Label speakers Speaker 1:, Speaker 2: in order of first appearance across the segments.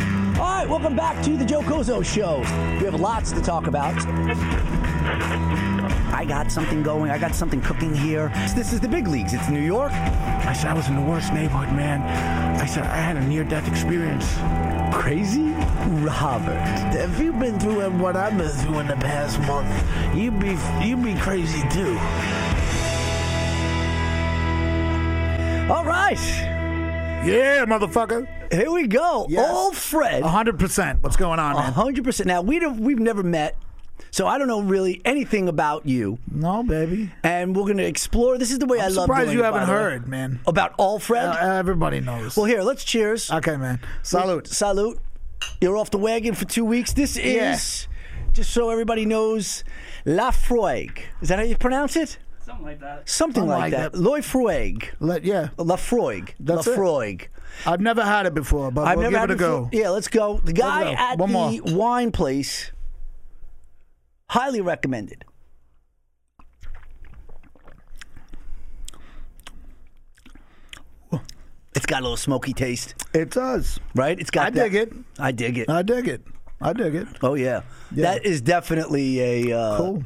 Speaker 1: right, welcome back to the Joe Cozo Show. We have lots to talk about. I got something going. I got something cooking here. This is the big leagues. It's New York.
Speaker 2: I said I was in the worst neighborhood, man. I said I had a near-death experience.
Speaker 1: Crazy Robert.
Speaker 3: If you've been through it, what I've been through in the past month, you'd be you'd be crazy too.
Speaker 1: All right,
Speaker 2: Yeah, motherfucker.
Speaker 1: here we go.
Speaker 2: Yes.
Speaker 1: Old Fred.
Speaker 3: Uh-huh.
Speaker 2: hundred percent. What's going on, man?
Speaker 1: hundred percent. Now we don't, we've never met, so I don't know really anything about you.
Speaker 2: No, baby.
Speaker 1: And we're gonna explore. This is the way i
Speaker 2: I'm
Speaker 1: love.
Speaker 2: surprised
Speaker 1: doing
Speaker 2: you
Speaker 1: it, by the
Speaker 2: haven't
Speaker 1: way.
Speaker 2: heard, man.
Speaker 1: about all Fred.
Speaker 2: Uh, everybody knows.
Speaker 1: well, here, let's cheers.
Speaker 2: okay, man. Salute.
Speaker 1: Salute. You're off the wagon for two weeks. This
Speaker 2: Yeah.
Speaker 1: is just so everybody knows, Lafroig. Is that how you pronounce it?
Speaker 4: Something like that.
Speaker 1: Something
Speaker 2: Something
Speaker 1: like,
Speaker 2: like
Speaker 1: that.
Speaker 2: that.
Speaker 1: Lafroig.
Speaker 2: Let yeah.
Speaker 1: Lafroig.
Speaker 2: That's it.
Speaker 1: Lafroig.
Speaker 2: I've never had it before, but
Speaker 1: I've never
Speaker 2: we'll give
Speaker 1: had
Speaker 2: it a go.
Speaker 1: before. Yeah, let's go. The guy
Speaker 2: go.
Speaker 1: at
Speaker 2: One
Speaker 1: the
Speaker 2: more.
Speaker 1: wine place highly recommended. It's got a little smoky taste,
Speaker 2: It does.
Speaker 1: right? It's got.
Speaker 2: I
Speaker 1: that-
Speaker 2: dig it.
Speaker 1: I dig it.
Speaker 2: I dig it. I dig it.
Speaker 1: Oh yeah,
Speaker 2: Yeah.
Speaker 1: that is definitely a uh,
Speaker 2: Cool.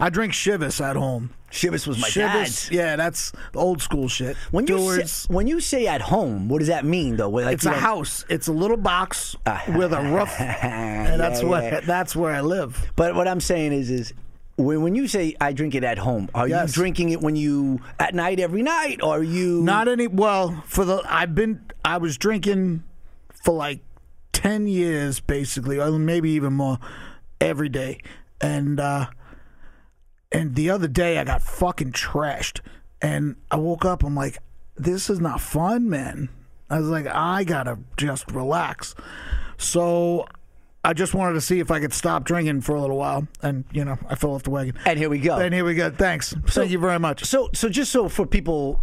Speaker 2: I drink Shivas at home.
Speaker 1: Shivas was my dad's.
Speaker 2: Shivas, yeah, that's old school shit.
Speaker 1: When you
Speaker 2: Doers.
Speaker 1: say, when you say at home, what does that mean though? Like
Speaker 2: it's
Speaker 1: you
Speaker 2: a
Speaker 1: don't-
Speaker 2: house. It's a little box
Speaker 1: Ah.
Speaker 2: with a roof, and that's
Speaker 1: Yeah,
Speaker 2: where
Speaker 1: yeah.
Speaker 2: that's where I live.
Speaker 1: But what I'm saying is, is when, when you say I drink it at home, are
Speaker 2: Yes.
Speaker 1: you drinking it when you at night every night? Or are you
Speaker 2: Not any. Well, for the I've been I was drinking for like ten years, basically, or maybe even more, every day, and uh and the other day I got fucking trashed, and I woke up. I'm like, this is not fun, man. I was like, I gotta just relax. So. I just wanted to see if I could stop drinking for a little while, and you know, I fell off the wagon.
Speaker 1: And here we go.
Speaker 2: And here we go. Thanks. Thank you very much.
Speaker 1: so so just so for people.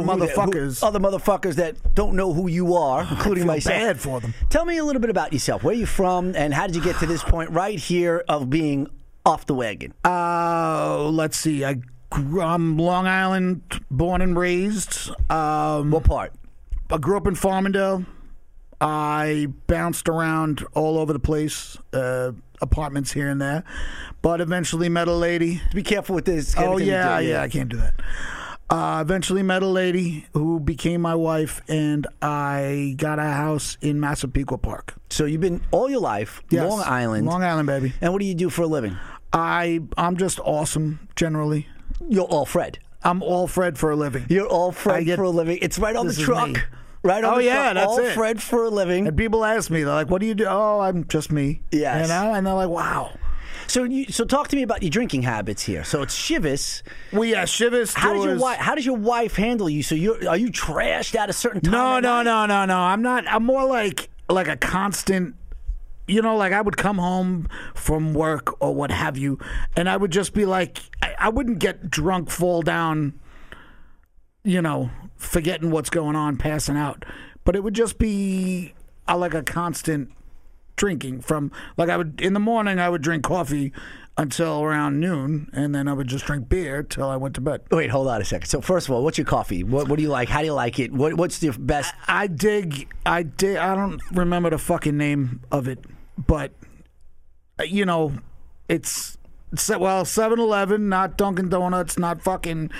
Speaker 1: know who they- who-
Speaker 2: motherfuckers.
Speaker 1: other motherfuckers that don't know who you are, including myself.
Speaker 2: bad for them.
Speaker 1: Tell me a little bit about yourself. Where you from, and how did you get to this point right here of being off the wagon?
Speaker 2: Uh, let's see. I grew, I'm Long Island born and raised. Um,
Speaker 1: what part?
Speaker 2: I grew up in Farmingdale. I bounced around all over the place, uh, apartments here and there, but eventually met a lady.
Speaker 1: Be careful with this.
Speaker 2: Oh yeah, yeah, I can't do that. Uh, eventually met a lady who became my wife, and I got a house in Massapequa Park.
Speaker 1: So you've been all your life,
Speaker 2: Yes.
Speaker 1: Long Island.
Speaker 2: Long Island, baby.
Speaker 1: and what do you do for a living?
Speaker 2: I I'm just awesome generally.
Speaker 1: You're all Fred.
Speaker 2: I'm all Fred for a living.
Speaker 1: You're all Fred
Speaker 2: I get-
Speaker 1: for a living. It's right on the
Speaker 2: this is
Speaker 1: truck.
Speaker 2: me.
Speaker 1: Right on
Speaker 2: Oh,
Speaker 1: the
Speaker 2: yeah,
Speaker 1: truck.
Speaker 2: that's
Speaker 1: all
Speaker 2: it.
Speaker 1: Fred for a living.
Speaker 2: And people ask me, they're like, "What do you do?" Oh, I'm just me.
Speaker 1: Yes.
Speaker 2: You know, and they're like, "Wow."
Speaker 1: So you, so talk to me about your drinking habits here. So it's Shivas.
Speaker 2: Well, yeah, Shivas.
Speaker 1: How did your
Speaker 2: doors-
Speaker 1: wife how does your wife handle you? So you're are you trashed at a certain time?
Speaker 2: No,
Speaker 1: at
Speaker 2: no,
Speaker 1: night?
Speaker 2: no, no, no. I'm not. I'm more like like a constant. You know, like I would come home from work or what have you, and I would just be like, I, I wouldn't get drunk, fall down, you know, forgetting what's going on, passing out. But it would just be uh, like a constant drinking from like I would in the morning I would drink coffee until around noon and then I would just drink beer till I went to bed.
Speaker 1: Wait, hold on a second. So first of all, what's your coffee? What what do you like? How do you like it? What what's your best
Speaker 2: I dig. I dig. I don't remember the fucking name of it, but uh, you know, it's, it's well, 7-Eleven, not Dunkin' Donuts, not fucking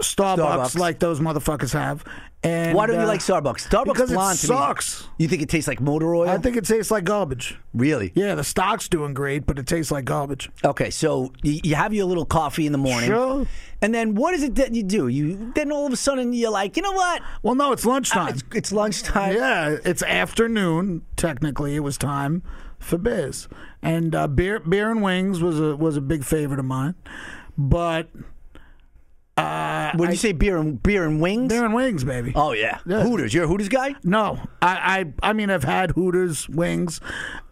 Speaker 2: Starbucks,
Speaker 1: Starbucks.
Speaker 2: like those motherfuckers have. And
Speaker 1: Why don't you
Speaker 2: uh,
Speaker 1: like Starbucks? Starbucks
Speaker 2: because
Speaker 1: blonde
Speaker 2: it
Speaker 1: to me.
Speaker 2: sucks.
Speaker 1: You think it tastes like motor oil?
Speaker 2: I think it tastes like garbage.
Speaker 1: really.
Speaker 2: Yeah, the stock's doing great, but it tastes like garbage.
Speaker 1: Okay, so you, you have your little coffee in the morning.
Speaker 2: Sure.
Speaker 1: And then what is it that you do? You then all of a sudden you're like, you know what?
Speaker 2: Well, no, it's lunchtime.
Speaker 1: It's, it's lunchtime.
Speaker 2: Yeah, it's afternoon. Technically, it was time for biz, and uh, beer, beer and wings was a was a big favorite of mine. But
Speaker 1: When you say beer and beer and wings,
Speaker 2: beer and wings, baby.
Speaker 1: oh yeah.
Speaker 2: Yeah.
Speaker 1: Hooters. You're a Hooters guy.
Speaker 2: No, I, I I mean I've had Hooters wings,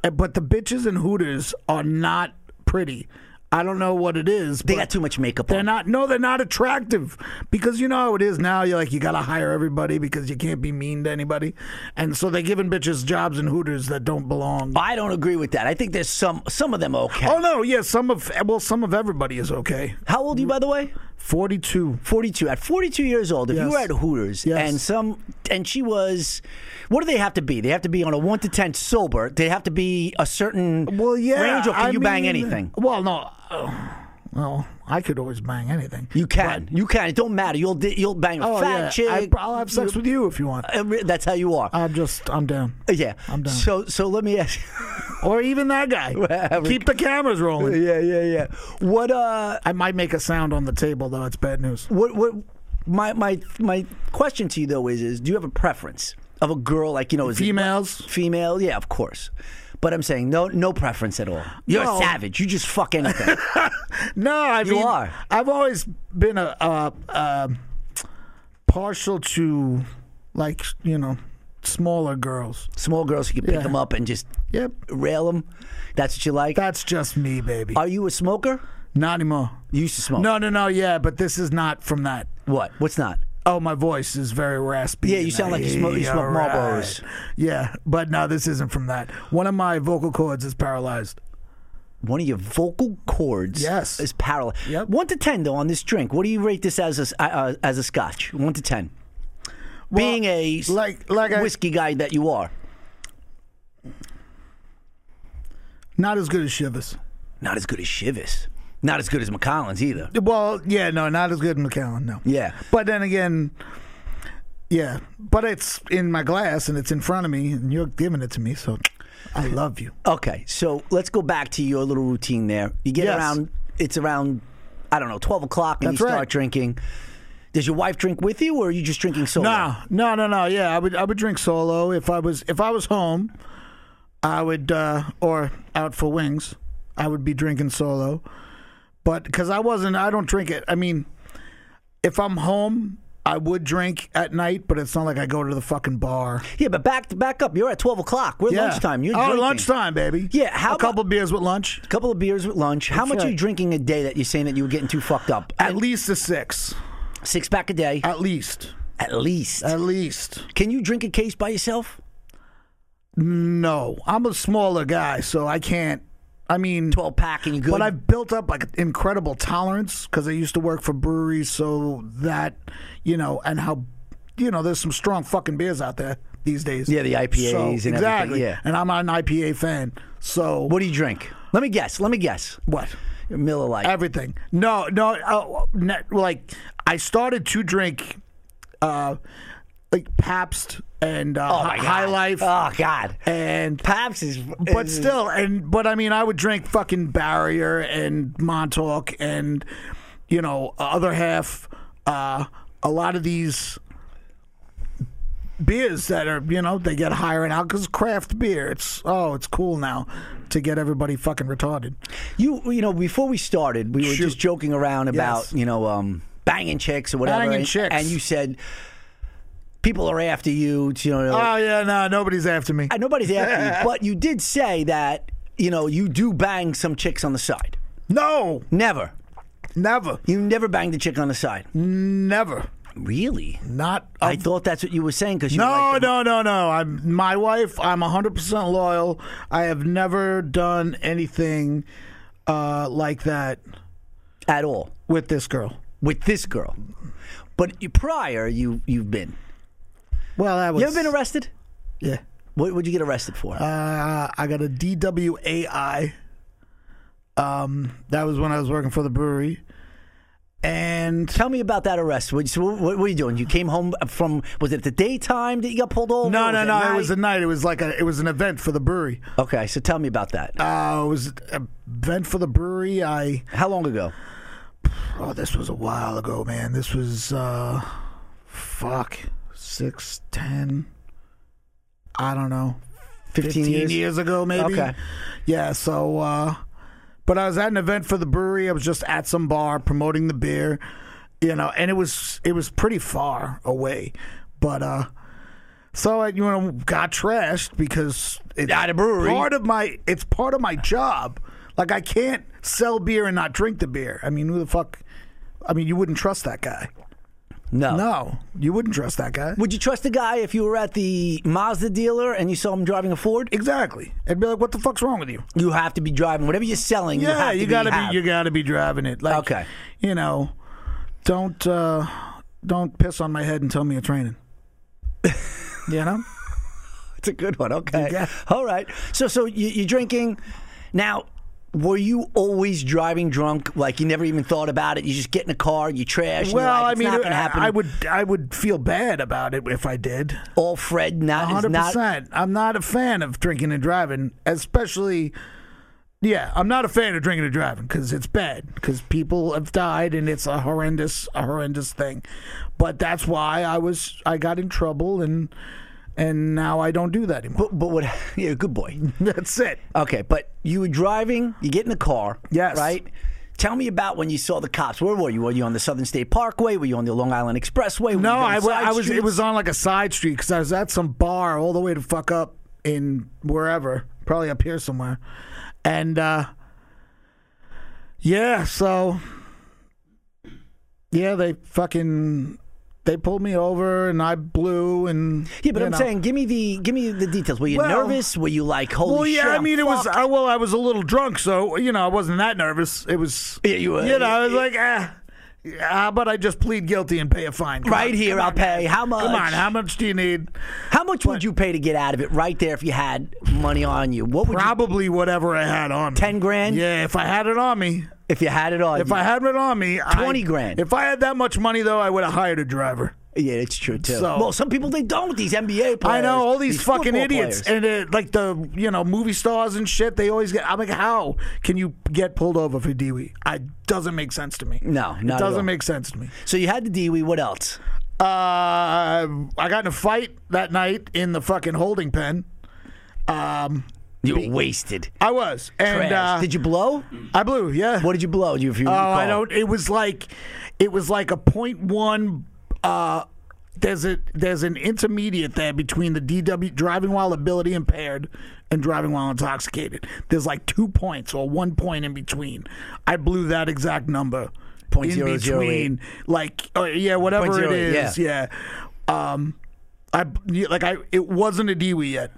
Speaker 2: uh, but the bitches in Hooters are not pretty. I don't know what it is.
Speaker 1: They
Speaker 2: but
Speaker 1: got too much makeup
Speaker 2: They're
Speaker 1: on.
Speaker 2: not. No, they're not attractive because you know how it is now. You're like you gotta hire everybody because you can't be mean to anybody, and so they're giving bitches jobs in Hooters that don't belong.
Speaker 1: I don't agree with that. I think there's some some of them are okay.
Speaker 2: Oh no, yeah, some of well, some of everybody is okay.
Speaker 1: How old are you, by the way?
Speaker 2: 42.
Speaker 1: 42. At 42 years old, if you
Speaker 2: Yes.
Speaker 1: were at Hooters
Speaker 2: Yes.
Speaker 1: and some, and she was, what do they have to be? They have to be on a one to ten sober. They have to be a certain
Speaker 2: Well, yeah.
Speaker 1: range, or can
Speaker 2: I
Speaker 1: you bang
Speaker 2: mean-
Speaker 1: anything?
Speaker 2: Well, no. uh, well, I could always bang anything.
Speaker 1: You can, you can. It don't matter. You'll di- you'll bang a
Speaker 2: Oh, yeah.
Speaker 1: fat
Speaker 2: I,
Speaker 1: chick.
Speaker 2: I'll have sex with you if you want.
Speaker 1: Every- That's how you are.
Speaker 2: I'm just, I'm down.
Speaker 1: yeah.
Speaker 2: I'm down.
Speaker 1: So so let me ask.
Speaker 2: Or even that guy.
Speaker 1: Whatever.
Speaker 2: Keep the cameras rolling.
Speaker 1: yeah yeah yeah. What uh
Speaker 2: I might make a sound on the table, though. It's bad news.
Speaker 1: what what my my my question to you though is is do you have a preference of a girl like you know is it-
Speaker 2: Females.
Speaker 1: female yeah of course. But I'm saying no, no preference at all. You're
Speaker 2: No.
Speaker 1: a savage. You just fuck anything.
Speaker 2: No, I
Speaker 1: You
Speaker 2: mean,
Speaker 1: are.
Speaker 2: I've always been a, a, a partial to, like, you know, smaller girls.
Speaker 1: Small girls you can pick
Speaker 2: Yeah.
Speaker 1: them up and just
Speaker 2: Yep.
Speaker 1: rail them. That's what you like.
Speaker 2: That's just me, baby.
Speaker 1: Are you a smoker?
Speaker 2: Not anymore.
Speaker 1: You used to smoke.
Speaker 2: No, no, no. Yeah, but this is not from that.
Speaker 1: What? What's not?
Speaker 2: Oh, my voice is very raspy.
Speaker 1: Yeah, you sound like you smoke- you
Speaker 2: Yeah,
Speaker 1: smoke
Speaker 2: right.
Speaker 1: Marlboros.
Speaker 2: Yeah, but no, this isn't from that. One of my vocal cords is paralyzed.
Speaker 1: One of your vocal cords
Speaker 2: Yes.
Speaker 1: is parallel.
Speaker 2: Yep.
Speaker 1: One to ten though on this drink. What do you rate this as a, uh, as a Scotch? One to ten. Being a s-
Speaker 2: like, like I,
Speaker 1: whiskey guy that you are,
Speaker 2: not as good as Shivers.
Speaker 1: not as good as Shivas, not as good as McCollins either.
Speaker 2: Well, yeah, no, not as good as McAllen. No.
Speaker 1: Yeah.
Speaker 2: But then again, yeah. But it's in my glass and it's in front of me, and you're giving it to me, so I love you.
Speaker 1: Okay, so let's go back to your little routine there. You get
Speaker 2: Yes.
Speaker 1: around. It's around. I don't know, twelve o'clock, and
Speaker 2: That's
Speaker 1: you start
Speaker 2: right.
Speaker 1: drinking. Does your wife drink with you, or are you just drinking solo?
Speaker 2: No, no, no, no. Yeah, I would I would drink solo if I was if I was home. I would uh or out for wings. I would be drinking solo, but because I wasn't, I don't drink it. I mean, if I'm home, I would drink at night, but it's not like I go to the fucking bar.
Speaker 1: Yeah, but back back up. You're at twelve o'clock. We're
Speaker 2: Yeah.
Speaker 1: lunchtime. You're
Speaker 2: oh
Speaker 1: drinking.
Speaker 2: lunchtime, baby.
Speaker 1: Yeah, how
Speaker 2: a couple beers with lunch.
Speaker 1: Couple of beers with lunch. How much are you
Speaker 2: right.
Speaker 1: drinking a day that you're saying that you were getting too fucked up?
Speaker 2: At least a six.
Speaker 1: Six pack a day,
Speaker 2: At least.
Speaker 1: at least.
Speaker 2: At least.
Speaker 1: Can you drink a case by yourself?
Speaker 2: No, I'm a smaller guy, so I can't. I mean,
Speaker 1: Twelve pack and you good?
Speaker 2: But I've built up like incredible tolerance because I used to work for breweries, so that you know, and how you know, there's some strong fucking beers out there these days.
Speaker 1: Yeah, the IPAs
Speaker 2: So-
Speaker 1: and everything,
Speaker 2: exactly.
Speaker 1: yeah.
Speaker 2: and I'm an IPA fan, so
Speaker 1: what do you drink? Let me guess. Let me guess.
Speaker 2: what?
Speaker 1: Miller Lite.
Speaker 2: Everything. No, no, oh, ne- like I started to drink, uh, like Pabst and uh,
Speaker 1: oh my
Speaker 2: Hi-
Speaker 1: god.
Speaker 2: High Life
Speaker 1: Oh god.
Speaker 2: and
Speaker 1: Paps is.
Speaker 2: but
Speaker 1: is-
Speaker 2: still, and but I mean, I would drink fucking Barrier and Montauk and you know other half. Uh, a lot of these beers that are you know they get higher in alcohol because craft beer. It's oh, it's cool now to get everybody fucking retarded.
Speaker 1: You you know before we started, we were
Speaker 2: Shoot.
Speaker 1: just joking around about
Speaker 2: Yes.
Speaker 1: you know um, banging chicks or whatever,
Speaker 2: Banging
Speaker 1: and,
Speaker 2: chicks.
Speaker 1: and you said people are after you. You know,
Speaker 2: Oh yeah, no, nobody's after me.
Speaker 1: I- nobody's after you, but you did say that you know you do bang some chicks on the side.
Speaker 2: No,
Speaker 1: Never,
Speaker 2: never,
Speaker 1: you never banged a chick on the side.
Speaker 2: never,
Speaker 1: Really?
Speaker 2: not. a
Speaker 1: I thought that's what you were saying because you
Speaker 2: No,
Speaker 1: like them.
Speaker 2: no, no, no. I'm my wife. I'm 100% loyal. I have never done anything uh, like that
Speaker 1: at all
Speaker 2: with this girl.
Speaker 1: with this girl. But you, prior, you you've been.
Speaker 2: Well, that was.
Speaker 1: You ever been arrested?
Speaker 2: Yeah.
Speaker 1: What would you get arrested for?
Speaker 2: Uh, I got a DWAI. Um, that was when I was working for the brewery, and
Speaker 1: Tell me about that arrest. What, so what were you doing? You came home from was it the daytime that you got pulled over?
Speaker 2: no,
Speaker 1: Was
Speaker 2: no,
Speaker 1: it
Speaker 2: no.
Speaker 1: night?
Speaker 2: It was a night. It was like a. It was an event for the brewery.
Speaker 1: okay. So tell me about that.
Speaker 2: Uh, it was an event for the brewery. I.
Speaker 1: How long ago?
Speaker 2: Oh, this was a while ago, man. This was uh fuck. Six, ten. I don't know.
Speaker 1: 15 years?
Speaker 2: ago maybe.
Speaker 1: Okay.
Speaker 2: Yeah, so uh but I was at an event for the brewery. I was just at some bar promoting the beer. You know, and it was it was pretty far away. But uh so I you know got trashed because it's
Speaker 1: At a brewery.
Speaker 2: part of my it's part of my job. Like I can't sell beer and not drink the beer. I mean, who the fuck? I mean, you wouldn't trust that guy.
Speaker 1: No.
Speaker 2: No, you wouldn't trust that guy.
Speaker 1: Would you trust a guy if you were at the Mazda dealer and you saw him driving a Ford?
Speaker 2: Exactly. I'd be like, "What the fuck's wrong with you?"
Speaker 1: You have to be driving whatever you're selling. you,
Speaker 2: Yeah,
Speaker 1: have to
Speaker 2: you, gotta be,
Speaker 1: have.
Speaker 2: you gotta be driving it. Like,
Speaker 1: Okay.
Speaker 2: you know, don't uh, don't piss on my head and tell me it's raining. you know?
Speaker 1: It's a good one. Okay.
Speaker 2: got it.
Speaker 1: All right. So so you, you're drinking now. Were you always driving drunk? Like you never even thought about it. You just get in a car, you trash. and you're
Speaker 2: Well,
Speaker 1: like,
Speaker 2: I
Speaker 1: it's
Speaker 2: mean,
Speaker 1: not gonna happen.
Speaker 2: I would I would feel bad about it if I did.
Speaker 1: All Fred not is
Speaker 2: hundred
Speaker 1: not
Speaker 2: percent. I'm not a fan of drinking and driving, especially. Yeah, I'm not a fan of drinking and driving because it's bad. Because people have died, and it's a horrendous, a horrendous thing. But that's why I was, I got in trouble, and and now I don't do that anymore.
Speaker 1: But, but what? Yeah, good boy.
Speaker 2: That's it.
Speaker 1: Okay, but you were driving. You get in the car.
Speaker 2: Yes.
Speaker 1: Right. Tell me about when you saw the cops. Where were you? Were you on the Southern State Parkway? Were you on the Long Island Expressway? Were
Speaker 2: No,
Speaker 1: you on
Speaker 2: I, wa-
Speaker 1: side
Speaker 2: I was. It
Speaker 1: streets?
Speaker 2: was on like a side street because I was at some bar all the way to fuck up in wherever, probably up here somewhere, and uh yeah, so yeah, they fucking they pulled me over and I blew and
Speaker 1: Yeah, but
Speaker 2: you
Speaker 1: I'm
Speaker 2: know.
Speaker 1: saying, give me the give me the details. Were you
Speaker 2: Well-
Speaker 1: nervous? Were you like, holy
Speaker 2: Well,
Speaker 1: shit?
Speaker 2: yeah, I
Speaker 1: I'm
Speaker 2: mean, it was.
Speaker 1: fucked?
Speaker 2: I, well, I was a little drunk, so you know, I wasn't that nervous. It was.
Speaker 1: Yeah, you were-
Speaker 2: You know, I was like, ah, ah, but I just plead guilty and pay a fine. Come
Speaker 1: Right
Speaker 2: on,
Speaker 1: here,
Speaker 2: come
Speaker 1: I'll
Speaker 2: on,
Speaker 1: pay. How much?
Speaker 2: Come on, how much do you need?
Speaker 1: How much would you pay to get out of it right there if you had money on you? What would you,
Speaker 2: Probably whatever I had on me.
Speaker 1: 10 grand?
Speaker 2: Yeah, if I had it on me.
Speaker 1: if you had it on?
Speaker 2: If
Speaker 1: you?
Speaker 2: I had it on me, I-
Speaker 1: 20 grand.
Speaker 2: If I had that much money, though, I would have hired a driver.
Speaker 1: yeah, it's true too.
Speaker 2: So-
Speaker 1: well, some people they don't with these NBA players.
Speaker 2: I know all these, fucking
Speaker 1: football
Speaker 2: idiots
Speaker 1: players.
Speaker 2: and uh, like the you know movie stars and shit. They always get. I'm like, how can you get pulled over for DWI? It doesn't make sense to me.
Speaker 1: No, not
Speaker 2: it
Speaker 1: at all.
Speaker 2: doesn't make sense to me.
Speaker 1: So you had the DWI. What else?
Speaker 2: Uh, I got in a fight that night in the fucking holding pen. Um,
Speaker 1: You were wasted.
Speaker 2: I was, and
Speaker 1: Trash.
Speaker 2: uh,
Speaker 1: did you blow?
Speaker 2: I blew. Yeah.
Speaker 1: What did you blow? Do you, if you
Speaker 2: Oh, I
Speaker 1: recall?
Speaker 2: don't. It was like, it was like a point one. Uh, there's a there's an intermediate there between the DW driving while ability impaired and driving while intoxicated. There's like two points or one point in between. I blew that exact number.
Speaker 1: Point
Speaker 2: in
Speaker 1: zero zero eight.
Speaker 2: between, like uh, yeah, whatever
Speaker 1: Point zero
Speaker 2: it
Speaker 1: eight,
Speaker 2: is, yeah. Um, I like I it wasn't a DWI yet.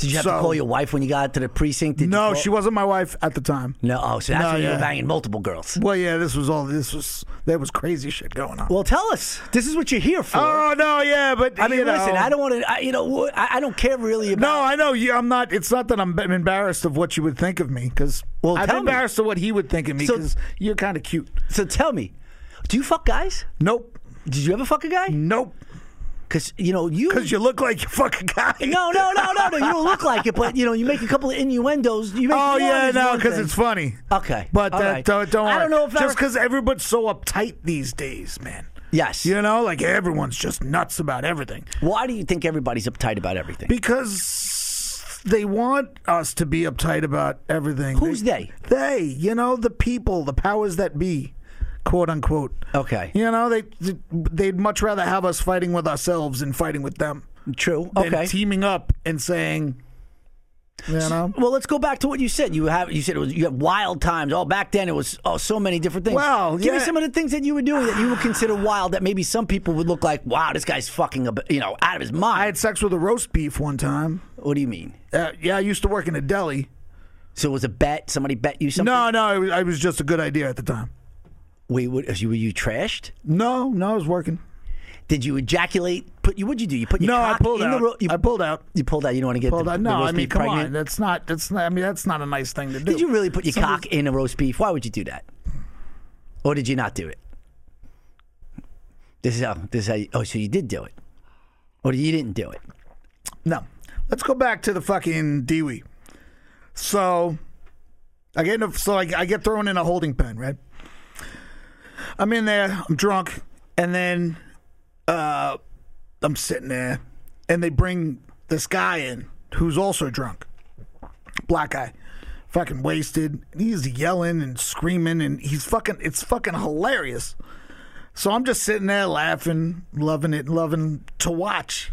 Speaker 1: Did you have to
Speaker 2: so-
Speaker 1: call your wife when you got to the precinct? Did you
Speaker 2: No,
Speaker 1: call-
Speaker 2: she wasn't my wife at the time.
Speaker 1: No, oh, so that's
Speaker 2: No,
Speaker 1: when you were
Speaker 2: yeah.
Speaker 1: banging multiple girls.
Speaker 2: Well, yeah, this was all. This was there was crazy shit going on.
Speaker 1: Well, tell us. This is what you're here for.
Speaker 2: Oh no, yeah, but
Speaker 1: I mean,
Speaker 2: you know,
Speaker 1: listen, I don't want to. You know, wha- I, I don't care really about.
Speaker 2: No, I know. You, I'm not. It's not that I'm b- embarrassed of what you would think of me, because
Speaker 1: Well,
Speaker 2: I'm
Speaker 1: tell me.
Speaker 2: embarrassed of what he would think of me,
Speaker 1: So-
Speaker 2: because you're kind of cute.
Speaker 1: So tell me, do you fuck guys?
Speaker 2: Nope,
Speaker 1: Did you ever fuck a guy?
Speaker 2: nope,
Speaker 1: Because you know you.
Speaker 2: because you look like you fuck a guy.
Speaker 1: no, no, no, no, no. You don't look like it, but you know you make a couple of innuendos. You make
Speaker 2: Oh
Speaker 1: one
Speaker 2: yeah,
Speaker 1: is
Speaker 2: no,
Speaker 1: one
Speaker 2: because
Speaker 1: thing.
Speaker 2: it's funny.
Speaker 1: Okay,
Speaker 2: But
Speaker 1: all
Speaker 2: uh,
Speaker 1: right.
Speaker 2: don't, don't worry.
Speaker 1: I don't know if I-
Speaker 2: just because everybody's so uptight these days, man.
Speaker 1: Yes.
Speaker 2: You know, like everyone's just nuts about everything
Speaker 1: Why do you think everybody's uptight about everything?
Speaker 2: because they want us to be uptight about everything.
Speaker 1: Who's they?
Speaker 2: They, you know, the people, the powers that be, quote unquote.
Speaker 1: Okay.
Speaker 2: You know, they they'd much rather have us fighting with ourselves than fighting with them.
Speaker 1: True.
Speaker 2: Than
Speaker 1: Okay.
Speaker 2: teaming up and saying, you know.
Speaker 1: well, let's go back to what you said. You have you said it was you had wild times. Oh, back then it was oh so many different things.
Speaker 2: Well,
Speaker 1: give me
Speaker 2: yeah.
Speaker 1: some of the things that you were doing that you would consider wild that maybe some people would look like, wow, this guy's fucking ab- you know out of his
Speaker 2: I
Speaker 1: mind.
Speaker 2: had sex with a roast beef one time.
Speaker 1: what do you mean?
Speaker 2: Uh, yeah, I used to work in a deli.
Speaker 1: So it was a bet. Somebody bet you something.
Speaker 2: No, no, it was, it was just a good idea at the time.
Speaker 1: Wait, what, you were you trashed?
Speaker 2: No, no, I was working.
Speaker 1: Did you ejaculate? Put you? What'd you do? You put your
Speaker 2: No, I
Speaker 1: cock
Speaker 2: pulled
Speaker 1: in the
Speaker 2: out.
Speaker 1: ro- you,
Speaker 2: I pulled out.
Speaker 1: you pulled out. You don't want to get
Speaker 2: Pulled
Speaker 1: the,
Speaker 2: out.
Speaker 1: the
Speaker 2: uh, No,
Speaker 1: roast
Speaker 2: I mean,
Speaker 1: beef
Speaker 2: come
Speaker 1: pregnant.
Speaker 2: on. That's not. That's not. I mean, that's not a nice thing to do.
Speaker 1: Did you really put your
Speaker 2: Somebody's-
Speaker 1: cock in a roast beef? Why would you do that? Or did you not do it? This is how. This is how. You, oh, so you did do it, or you didn't do it?
Speaker 2: No. Let's go back to the fucking Dewey. So I get in a, so I, I get thrown in a holding pen, right? I'm in there, I'm drunk, and then uh I'm sitting there and they bring this guy in who's also drunk. Black guy. Fucking wasted. And He's yelling and screaming and he's fucking it's fucking hilarious. So I'm just sitting there laughing, loving it, loving to watch.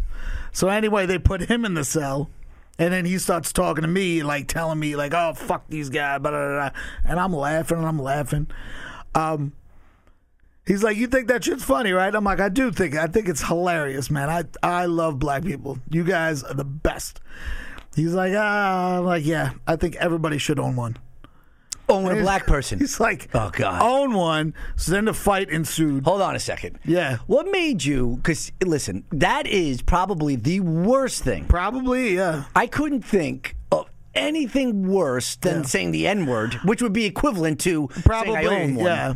Speaker 2: So anyway, they put him in the cell, and then he starts talking to me, like telling me, like, "Oh fuck these guys," blah, blah, blah, blah. and I'm laughing and I'm laughing. Um, he's like, "You think that shit's funny, right?" I'm like, "I do think. I think it's hilarious, man. I I love black people. You guys are the best." He's like, "Ah," I'm like, "Yeah, I think everybody should own one."
Speaker 1: own Oh, a
Speaker 2: And
Speaker 1: black person.
Speaker 2: He's like,
Speaker 1: Oh, God.
Speaker 2: own one. So then the fight ensued.
Speaker 1: Hold on a second.
Speaker 2: Yeah.
Speaker 1: What made you? Because listen, that is probably the worst thing.
Speaker 2: Probably, yeah.
Speaker 1: I couldn't think of anything worse than saying the N word, which would be equivalent to saying I
Speaker 2: Probably,
Speaker 1: own one.
Speaker 2: yeah.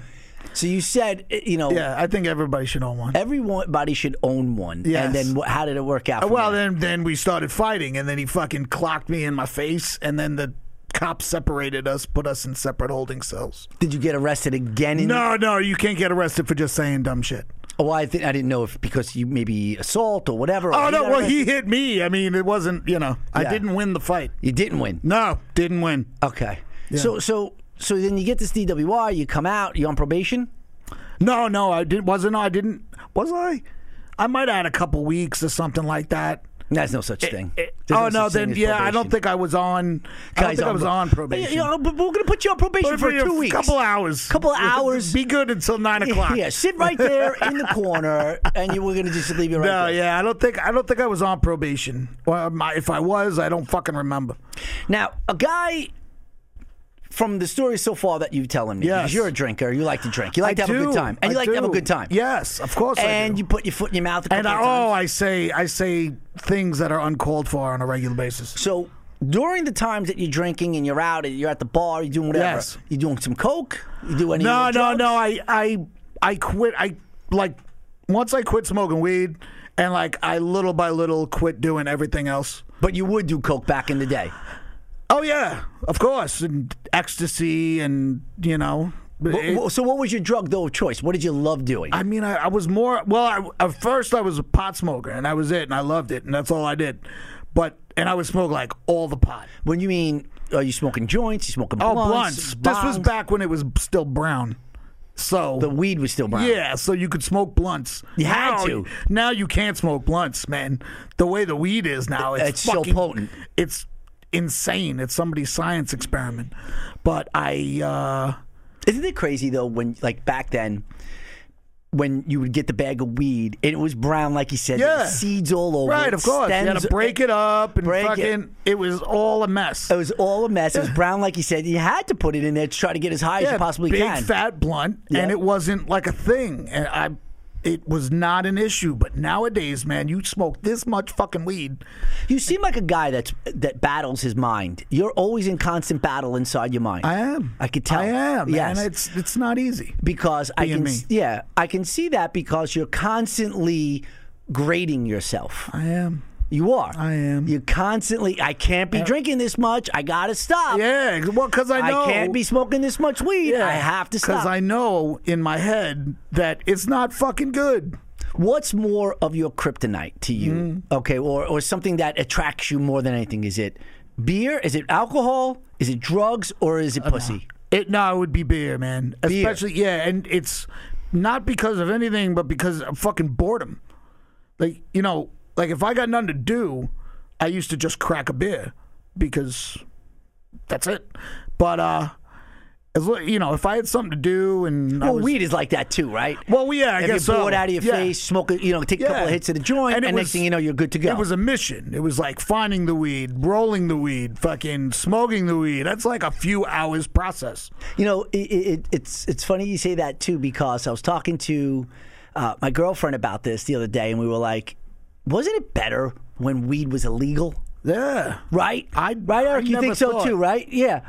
Speaker 1: So you said, eh, you know,
Speaker 2: Yeah, I think everybody should own one.
Speaker 1: everybody should own one.
Speaker 2: Yes.
Speaker 1: And then wh- how did it work out? from
Speaker 2: Well,
Speaker 1: there?
Speaker 2: then then we started fighting, and then he fucking clocked me in my face, and then the cops separated us, put us in separate holding cells.
Speaker 1: did you get arrested again? In
Speaker 2: No, no, you can't get arrested for just saying dumb shit.
Speaker 1: Oh, I think I didn't know if because you maybe assault or whatever. or
Speaker 2: Oh
Speaker 1: you
Speaker 2: no,
Speaker 1: got
Speaker 2: well
Speaker 1: arrested.
Speaker 2: he hit me. I mean, it wasn't you know I
Speaker 1: Yeah.
Speaker 2: didn't win the fight.
Speaker 1: you didn't win.
Speaker 2: No, didn't win.
Speaker 1: Okay. So so so then you get this DWI. You come out. You're on probation.
Speaker 2: No, no, I didn't. Wasn't I? Didn't was I? I might have had a couple weeks or something like that.
Speaker 1: There's no such thing. There's
Speaker 2: Oh no,
Speaker 1: such thing
Speaker 2: then
Speaker 1: as
Speaker 2: yeah, I
Speaker 1: probation.
Speaker 2: don't think I was on. I don't
Speaker 1: Guys,
Speaker 2: think I was
Speaker 1: pro-
Speaker 2: on probation.
Speaker 1: Yeah, yeah, but we're gonna put you on probation
Speaker 2: But
Speaker 1: for
Speaker 2: a
Speaker 1: two weeks.
Speaker 2: couple hours.
Speaker 1: Couple hours.
Speaker 2: Be good until nine o'clock.
Speaker 1: Yeah, sit right there in the corner, and you were gonna just leave it right
Speaker 2: No,
Speaker 1: there.
Speaker 2: yeah, I don't think I don't think I was on probation. Well, my, if I was, I don't fucking remember.
Speaker 1: Now, a guy from the story so far that you're telling me,
Speaker 2: Yes.
Speaker 1: because you're a drinker, you like to drink, you like
Speaker 2: I
Speaker 1: to have a
Speaker 2: do.
Speaker 1: good time, and you
Speaker 2: I
Speaker 1: like to have a
Speaker 2: do.
Speaker 1: good time.
Speaker 2: Yes, of course. I
Speaker 1: And
Speaker 2: do.
Speaker 1: you put your foot in your mouth. A
Speaker 2: and
Speaker 1: couple
Speaker 2: I,
Speaker 1: of times.
Speaker 2: oh, I say I say things that are uncalled for on a regular basis.
Speaker 1: So during the times that you're drinking and you're out and you're at the bar, you're doing whatever.
Speaker 2: Yes.
Speaker 1: You're doing some coke. You do any?
Speaker 2: No,
Speaker 1: other
Speaker 2: no,
Speaker 1: drugs?
Speaker 2: no. I I I quit. I like once I quit smoking weed, and like I little by little quit doing everything else.
Speaker 1: But you would do coke back in the day.
Speaker 2: Oh yeah, of course, and ecstasy, and you know. it-
Speaker 1: Wh- wh- so what was your drug though of choice? What did you love doing?
Speaker 2: I mean, I, I was more well. I, at first, I was a pot smoker, and that was it, and I loved it, and that's all I did. But and I would smoke like all the pot.
Speaker 1: when you mean, are you smoking joints? You smoking
Speaker 2: Oh,
Speaker 1: blunts?
Speaker 2: blunts. This was
Speaker 1: bongs?
Speaker 2: back when it was still brown. So
Speaker 1: The weed was still brown.
Speaker 2: yeah, so you could smoke blunts.
Speaker 1: You had
Speaker 2: now,
Speaker 1: to.
Speaker 2: Now you can't smoke blunts, man. The way the weed is now, it's,
Speaker 1: It's so
Speaker 2: fucking-
Speaker 1: potent.
Speaker 2: It's insane. It's somebody's science experiment. But I. uh
Speaker 1: Isn't it crazy though when like back then when you would get the bag of weed and it was brown like you said, there was
Speaker 2: Yeah.
Speaker 1: seeds all over.
Speaker 2: Right,
Speaker 1: it,
Speaker 2: of course. you had
Speaker 1: stems-
Speaker 2: to break it up and
Speaker 1: Break it.
Speaker 2: fucking. It. was all a mess.
Speaker 1: It was all a mess. It was brown like you said. You had to put it in there to try to get as high as you possibly
Speaker 2: big
Speaker 1: can.
Speaker 2: fat blunt,
Speaker 1: Yeah.
Speaker 2: and it wasn't like a thing. And I, it was not an issue. But nowadays, man, you smoke this much fucking weed.
Speaker 1: You seem like a guy that's that battles his mind. You're always in constant battle inside your mind.
Speaker 2: I am.
Speaker 1: I could tell.
Speaker 2: I am.
Speaker 1: Yes.
Speaker 2: and it's it's not easy.
Speaker 1: because I
Speaker 2: Being
Speaker 1: can.
Speaker 2: me.
Speaker 1: s- Yeah, I can see that because you're constantly grading yourself.
Speaker 2: I am.
Speaker 1: You are.
Speaker 2: I am.
Speaker 1: You constantly. I can't be drinking this much. I gotta stop.
Speaker 2: Yeah, well, because I
Speaker 1: I
Speaker 2: know
Speaker 1: can't be smoking this much weed. I have to
Speaker 2: Because
Speaker 1: stop.
Speaker 2: I know in my head that it's not fucking good.
Speaker 1: What's more of your kryptonite to you?
Speaker 2: Mm.
Speaker 1: Okay, or or something that attracts you more than anything? Is it beer? Is it alcohol? Is it drugs? Or is
Speaker 2: Uh,
Speaker 1: it pussy?
Speaker 2: It no, it would be beer, man. Especially yeah, and it's not because of anything, but because of fucking boredom. Like you know, like if I got nothing to do, I used to just crack a beer because that's it. But uh, as lo- you know, if I had something to do and I
Speaker 1: Well,
Speaker 2: was,
Speaker 1: weed is like that too, right?
Speaker 2: well, yeah, I
Speaker 1: if
Speaker 2: guess
Speaker 1: you're bored
Speaker 2: so.
Speaker 1: out of your
Speaker 2: Yeah.
Speaker 1: face, smoke, a, you know, take a couple
Speaker 2: Yeah.
Speaker 1: of hits of the joint, and,
Speaker 2: And it
Speaker 1: next
Speaker 2: was-
Speaker 1: thing you know, you're good to go.
Speaker 2: It was a mission. It was like finding the weed, rolling the weed, fucking smoking the weed. That's like a few hours process.
Speaker 1: you know, it, it, it's it's funny you say that too because I was talking to uh, my girlfriend about this the other day, and we were like, wasn't it better when weed was illegal?
Speaker 2: Yeah.
Speaker 1: Right?
Speaker 2: I-
Speaker 1: right, Eric.
Speaker 2: I
Speaker 1: you think
Speaker 2: never
Speaker 1: so
Speaker 2: thought-
Speaker 1: too, right? Yeah.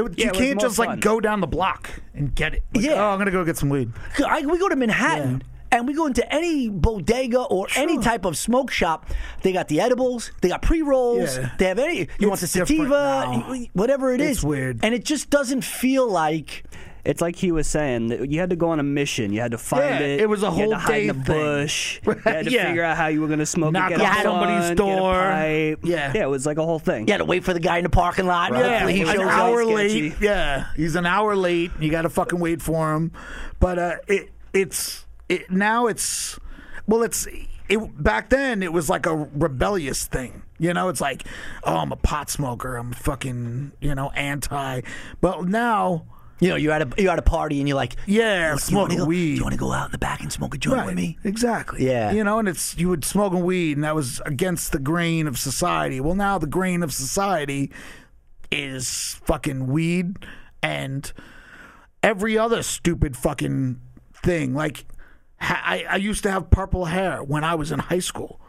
Speaker 1: Yeah, it
Speaker 2: you
Speaker 1: was
Speaker 2: can't
Speaker 1: more
Speaker 2: just
Speaker 1: fun.
Speaker 2: like go down the block and get it. Like,
Speaker 1: Yeah.
Speaker 2: Oh, I'm gonna go get some weed.
Speaker 1: I, we go to Manhattan and we go into any bodega or any type of smoke shop. They got the edibles, they got pre rolls,
Speaker 2: Yeah.
Speaker 1: they have any. You want the
Speaker 2: It's different
Speaker 1: sativa,
Speaker 2: now.
Speaker 1: whatever it is.
Speaker 2: It's weird.
Speaker 1: and it just doesn't feel like.
Speaker 4: It's like he was saying that you had to go on a mission. You had to find
Speaker 2: Yeah,
Speaker 4: it.
Speaker 2: it was a
Speaker 4: you had
Speaker 2: whole
Speaker 4: to hide
Speaker 2: day
Speaker 4: in the
Speaker 2: thing.
Speaker 4: bush. You had to
Speaker 2: Yeah.
Speaker 4: figure out how you were going to smoke.
Speaker 2: Knock
Speaker 4: it,
Speaker 2: on
Speaker 4: get a
Speaker 1: Yeah.
Speaker 4: blunt,
Speaker 2: somebody's
Speaker 4: get a
Speaker 2: door.
Speaker 4: pipe.
Speaker 2: Yeah.
Speaker 4: yeah, it was like a whole thing.
Speaker 1: You had to wait for the guy in the parking lot.
Speaker 2: Yeah,
Speaker 1: Hopefully he
Speaker 4: An
Speaker 1: shows
Speaker 2: an
Speaker 1: up.
Speaker 2: hour
Speaker 4: sketchy.
Speaker 2: late. Yeah, he's an hour late. You got to fucking wait for him. But uh, it it's it now it's well it's it back then it was like a rebellious thing. You know, it's like oh I'm a pot smoker. I'm fucking you know anti. But now
Speaker 1: You know, you're at a you're at a party and you're like,
Speaker 2: yeah,
Speaker 1: you wanna
Speaker 2: smoking
Speaker 1: go,
Speaker 2: weed.
Speaker 1: You want to go out in the back and smoke a joint with me?
Speaker 2: Exactly.
Speaker 1: Yeah.
Speaker 2: You know, and it's you would smoking weed, and that was against the grain of society. Well, now the grain of society is fucking weed and every other stupid fucking thing. Like, ha- I, I used to have purple hair when I was in high school.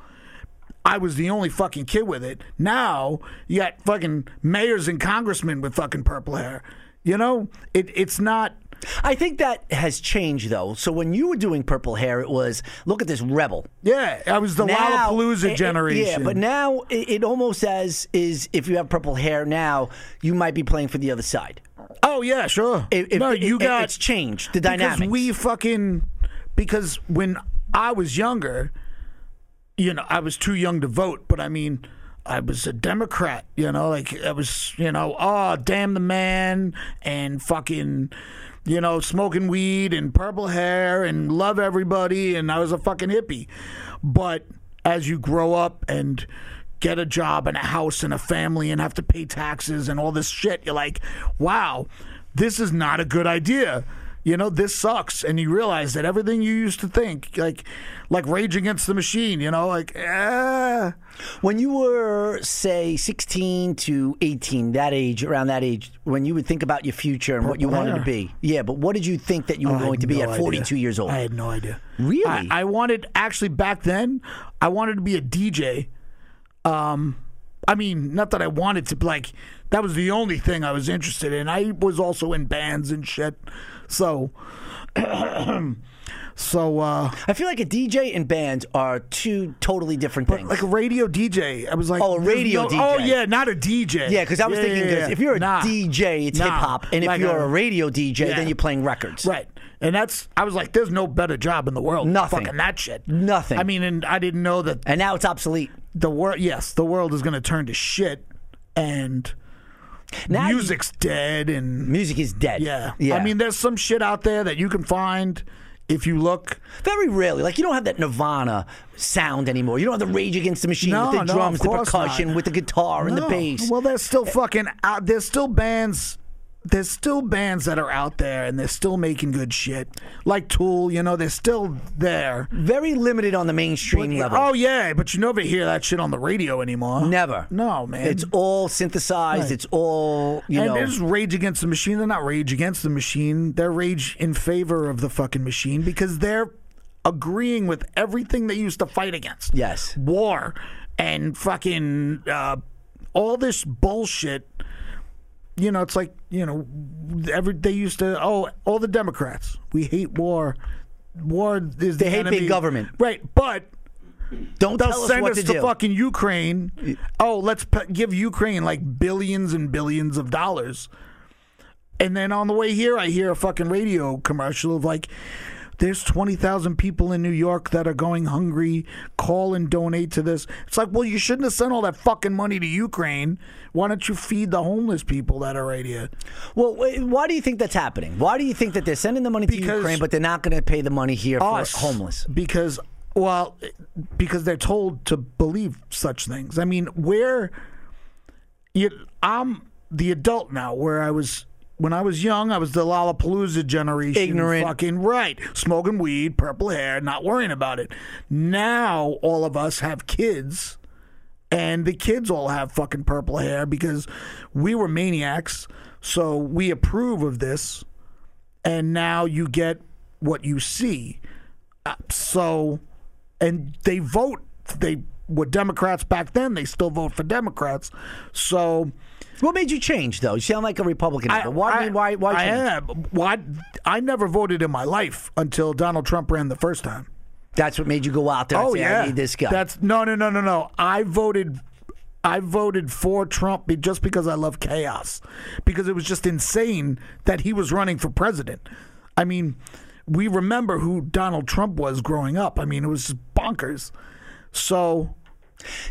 Speaker 2: I was the only fucking kid with it. Now you got fucking mayors and congressmen with fucking purple hair. You know, it it's not.
Speaker 1: I think that has changed though. So when you were doing purple hair, it was look at this rebel.
Speaker 2: Yeah, I was the Lollapalooza
Speaker 1: it- it-
Speaker 2: generation.
Speaker 1: eh, yeah, but now it, it almost as is if you have purple hair now, you might be playing for the other side.
Speaker 2: oh yeah, sure.
Speaker 1: If, if-
Speaker 2: no,
Speaker 1: if-
Speaker 2: you
Speaker 1: if
Speaker 2: got
Speaker 1: it's changed. The
Speaker 2: because
Speaker 1: dynamic.
Speaker 2: we fucking because when I was younger, you know, I was too young to vote, but I mean, I was a Democrat, you know, like I was, you know, oh, damn the man and fucking, you know, smoking weed and purple hair and love everybody. And I was a fucking hippie. But as you grow up and get a job and a house and a family and have to pay taxes and all this shit, you're like, wow, this is not a good idea you know this sucks and you realize that everything you used to think like like rage against the machine you know like ah.
Speaker 1: When you were, say, 16 to 18, that age, around that age, when you would think about your future and what you
Speaker 2: Purple
Speaker 1: wanted to
Speaker 2: hair.
Speaker 1: be. Yeah, but what did you think that you were
Speaker 2: I
Speaker 1: going
Speaker 2: had
Speaker 1: to be
Speaker 2: no
Speaker 1: at 42
Speaker 2: idea.
Speaker 1: years old?
Speaker 2: i had no idea
Speaker 1: Really?
Speaker 2: I, I wanted actually back then i wanted to be a dj um i mean not that i wanted to but, like that was the only thing i was interested in i was also in bands and shit so so uh
Speaker 1: I feel like a DJ and bands are two totally different things.
Speaker 2: like a radio DJ, I was like,
Speaker 1: Oh, a
Speaker 2: there's
Speaker 1: radio
Speaker 2: no-
Speaker 1: DJ.
Speaker 2: Oh yeah, not a DJ.
Speaker 1: yeah, because I was thinking
Speaker 2: yeah,
Speaker 1: 'cause if you're a
Speaker 2: Nah.
Speaker 1: DJ, it's
Speaker 2: Nah.
Speaker 1: hip hop, and if
Speaker 2: Like uh,
Speaker 1: you're a, radio DJ,
Speaker 2: yeah.
Speaker 1: then you're playing records.
Speaker 2: Right. And that's I was like, there's no better job in the world. than
Speaker 1: Nothing.
Speaker 2: Fucking that shit.
Speaker 1: Nothing.
Speaker 2: I mean, and I didn't know that
Speaker 1: And now it's obsolete.
Speaker 2: the world yes, the world is gonna turn to shit and
Speaker 1: Now you-
Speaker 2: music's dead and
Speaker 1: Music is dead.
Speaker 2: yeah.
Speaker 1: yeah.
Speaker 2: I mean there's some shit out there that you can find if you look.
Speaker 1: Very rarely. Like you don't have that Nirvana sound anymore. You don't have the Rage Against the Machine
Speaker 2: No,
Speaker 1: with the
Speaker 2: no,
Speaker 1: drums,
Speaker 2: of
Speaker 1: the
Speaker 2: course
Speaker 1: percussion,
Speaker 2: not.
Speaker 1: with the guitar and the Eh.
Speaker 2: No.
Speaker 1: bass.
Speaker 2: Well there's still fucking out there's still bands there's still bands that are out there and they're still making good shit. Like Tool, you know, they're still there.
Speaker 1: Very limited on the mainstream level.
Speaker 2: Oh yeah, but you never hear that shit on the radio anymore.
Speaker 1: Never.
Speaker 2: No, man.
Speaker 1: It's all synthesized. It's all you
Speaker 2: and
Speaker 1: know.
Speaker 2: there's rage against the machine. They're not rage against the machine. They're rage in favor of the fucking machine because they're agreeing with everything they used to fight against.
Speaker 1: Yes.
Speaker 2: War and fucking uh, all this bullshit. You know, it's like, you know, every they used to oh, all the Democrats. We hate war. War is the
Speaker 1: They hate big
Speaker 2: enemy.
Speaker 1: government.
Speaker 2: Right, but
Speaker 1: Don't
Speaker 2: They'll
Speaker 1: tell us
Speaker 2: send
Speaker 1: what
Speaker 2: us
Speaker 1: to
Speaker 2: to,
Speaker 1: do.
Speaker 2: fucking Ukraine. Oh, let's p- give Ukraine like billions and billions of dollars. And then on the way here, I hear a fucking radio commercial of like, there's 20,000 people in New York that are going hungry. Call and donate to this. It's like, well, you shouldn't have sent all that fucking money to Ukraine. Why don't you feed the homeless people that are right here?
Speaker 1: well, wait, why do you think that's happening? Why do you think that they're sending the money to
Speaker 2: Because-
Speaker 1: Ukraine, but they're not going to pay the money here for
Speaker 2: us
Speaker 1: homeless?
Speaker 2: because well because they're told to believe such things i mean where you, i'm the adult now where i was when i was young i was the lollapalooza generation
Speaker 1: Ignorant.
Speaker 2: fucking right smoking weed purple hair not worrying about it now all of us have kids and the kids all have fucking purple hair because we were maniacs so we approve of this and now you get what you see. Uh, so, and they vote. They were Democrats back then. They still vote for Democrats. So,
Speaker 1: What made you change though? You sound like a Republican. now, but why? why? Why?
Speaker 2: I
Speaker 1: change?
Speaker 2: am. Why? I never voted in my life until Donald Trump ran the first time.
Speaker 1: That's what made you go out there. and
Speaker 2: Oh
Speaker 1: say,
Speaker 2: yeah,
Speaker 1: I need this guy.
Speaker 2: That's no, no, no, no, no. I voted. I voted for Trump be- just because I love chaos, because it was just insane that he was running for president. I mean, we remember who Donald Trump was growing up. I mean, it was bonkers. So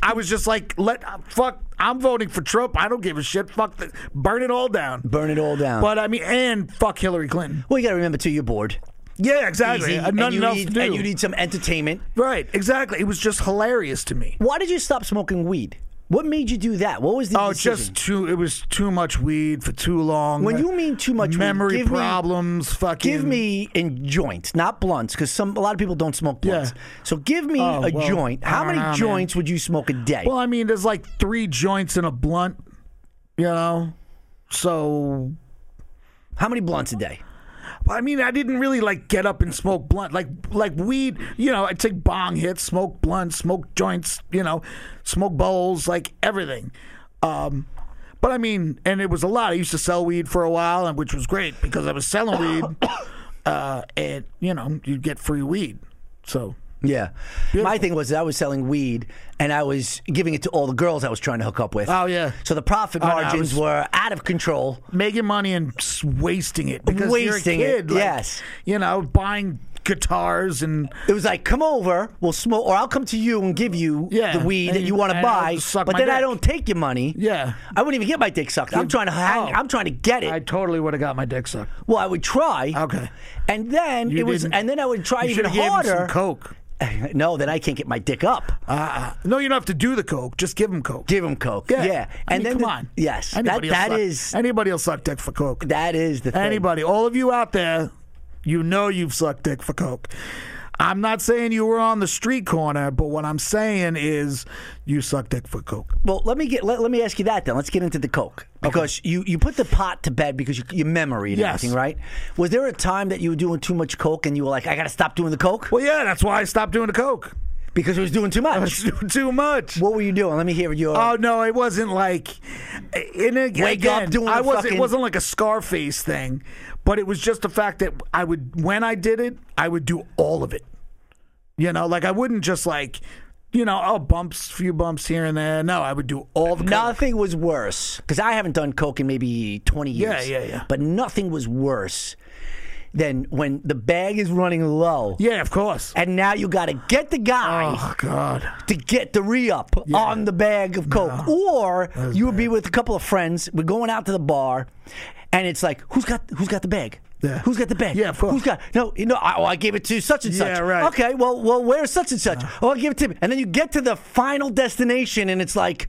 Speaker 2: I was just like, let uh, fuck. I'm voting for Trump. I don't give a shit. Fuck, the, burn it all down.
Speaker 1: burn it all down.
Speaker 2: But I mean, and fuck Hillary Clinton.
Speaker 1: well, you got to remember too. You're bored.
Speaker 2: Yeah, exactly.
Speaker 1: Easy,
Speaker 2: Uh,
Speaker 1: and
Speaker 2: nothing
Speaker 1: you
Speaker 2: else
Speaker 1: need-
Speaker 2: to do.
Speaker 1: and you need some entertainment.
Speaker 2: right, exactly. It was just hilarious to me.
Speaker 1: Why did you stop smoking weed? What made you do that? What was the
Speaker 2: Oh,
Speaker 1: decision?
Speaker 2: just too. It was too much weed for too long.
Speaker 1: When you mean too much weed,
Speaker 2: memory
Speaker 1: give me-
Speaker 2: problems, fucking.
Speaker 1: Give me in joints, not blunts, because some a lot of people don't smoke blunts.
Speaker 2: Yeah.
Speaker 1: So give me
Speaker 2: Oh,
Speaker 1: a
Speaker 2: well,
Speaker 1: joint.
Speaker 2: I
Speaker 1: How
Speaker 2: don't
Speaker 1: many
Speaker 2: know, man.
Speaker 1: joints would you smoke a day?
Speaker 2: Well, I mean, there's like three joints in a blunt, you know. So
Speaker 1: How many blunts a day?
Speaker 2: Well, I mean, I didn't really like get up and smoke blunt, like like weed. You know, I'd take bong hits, smoke blunt, smoke joints. You know, smoke bowls, like everything. Um, but I mean, and it was a lot. I used to sell weed for a while, and which was great because I was selling weed, uh, and you know, you'd get free weed. So
Speaker 1: Yeah. My thing was that I was selling weed and I was giving it to all the girls I was trying to hook up with.
Speaker 2: Oh, yeah.
Speaker 1: So the profit
Speaker 2: Oh, no, I
Speaker 1: margins
Speaker 2: was-
Speaker 1: were out of control.
Speaker 2: making money and s- wasting it because
Speaker 1: Wasting
Speaker 2: you're a
Speaker 1: it,
Speaker 2: kid. like,
Speaker 1: yes.
Speaker 2: you know, buying guitars and
Speaker 1: It was like, come over, we'll smoke, or I'll come to you and give you
Speaker 2: Yeah,
Speaker 1: the weed that
Speaker 2: and-
Speaker 1: you want to
Speaker 2: and I'll
Speaker 1: buy,
Speaker 2: just
Speaker 1: but
Speaker 2: suck
Speaker 1: then
Speaker 2: my
Speaker 1: I
Speaker 2: dick.
Speaker 1: don't take your money.
Speaker 2: yeah.
Speaker 1: I wouldn't even get my dick sucked. I'm trying to hang.
Speaker 2: Oh.
Speaker 1: I'm trying to get it.
Speaker 2: I totally would have got my dick sucked.
Speaker 1: well, I would try.
Speaker 2: Okay.
Speaker 1: And then
Speaker 2: You
Speaker 1: it was,
Speaker 2: didn't-
Speaker 1: and then I would try
Speaker 2: You should
Speaker 1: even
Speaker 2: have gave him some
Speaker 1: harder.
Speaker 2: coke.
Speaker 1: no, then I can't get my dick up.
Speaker 2: Uh, no, you don't have to do the coke. Just give him coke.
Speaker 1: Give him coke. Yeah.
Speaker 2: I
Speaker 1: And
Speaker 2: mean,
Speaker 1: then
Speaker 2: come
Speaker 1: the-
Speaker 2: on.
Speaker 1: Yes.
Speaker 2: Anybody
Speaker 1: that
Speaker 2: will
Speaker 1: that
Speaker 2: suck,
Speaker 1: is
Speaker 2: anybody will suck dick for coke.
Speaker 1: that is the thing.
Speaker 2: Anybody, all of you out there, you know you've sucked dick for coke. I'm not saying you were on the street corner, but what I'm saying is you sucked dick for coke.
Speaker 1: Well, let me get let, let me ask you that then. Let's get into the coke because you you put the pot to bed because you, your memory and
Speaker 2: Yes.
Speaker 1: everything, right? Was there a time that you were doing too much coke and you were like, I got to stop doing the coke
Speaker 2: Well, yeah, that's why I stopped doing the coke.
Speaker 1: because it was doing too
Speaker 2: I
Speaker 1: much?
Speaker 2: was doing too much.
Speaker 1: What were you doing? Let me hear your.
Speaker 2: Oh no, it wasn't like in a,
Speaker 1: Wake
Speaker 2: again,
Speaker 1: up doing
Speaker 2: I
Speaker 1: the
Speaker 2: wasn't
Speaker 1: fucking-
Speaker 2: it wasn't like a Scarface thing, but it was just the fact that I would when I did it, I would do all of it. You know, like I wouldn't just like you know, oh bumps, few bumps here and there. No, I would do all the coke.
Speaker 1: Nothing was worse because I haven't done coke in maybe twenty
Speaker 2: Yeah,
Speaker 1: years.
Speaker 2: yeah, yeah.
Speaker 1: But nothing was worse than when the bag is running low,
Speaker 2: Yeah, of course.
Speaker 1: and now you got to get the guy
Speaker 2: Oh god.
Speaker 1: to get the re up on the bag of coke, or you would be with a couple of friends. We're going out to the bar, and it's like, who's got who's got the bag?
Speaker 2: Yeah.
Speaker 1: Who's got the bag?
Speaker 2: Yeah, of course.
Speaker 1: Who's got no? You know, I, oh, I gave it to such and such.
Speaker 2: Yeah, right. Uh-huh.
Speaker 1: Okay, well, well, where's such and such? Oh, I give it to him, and then you get to the final destination, and it's like,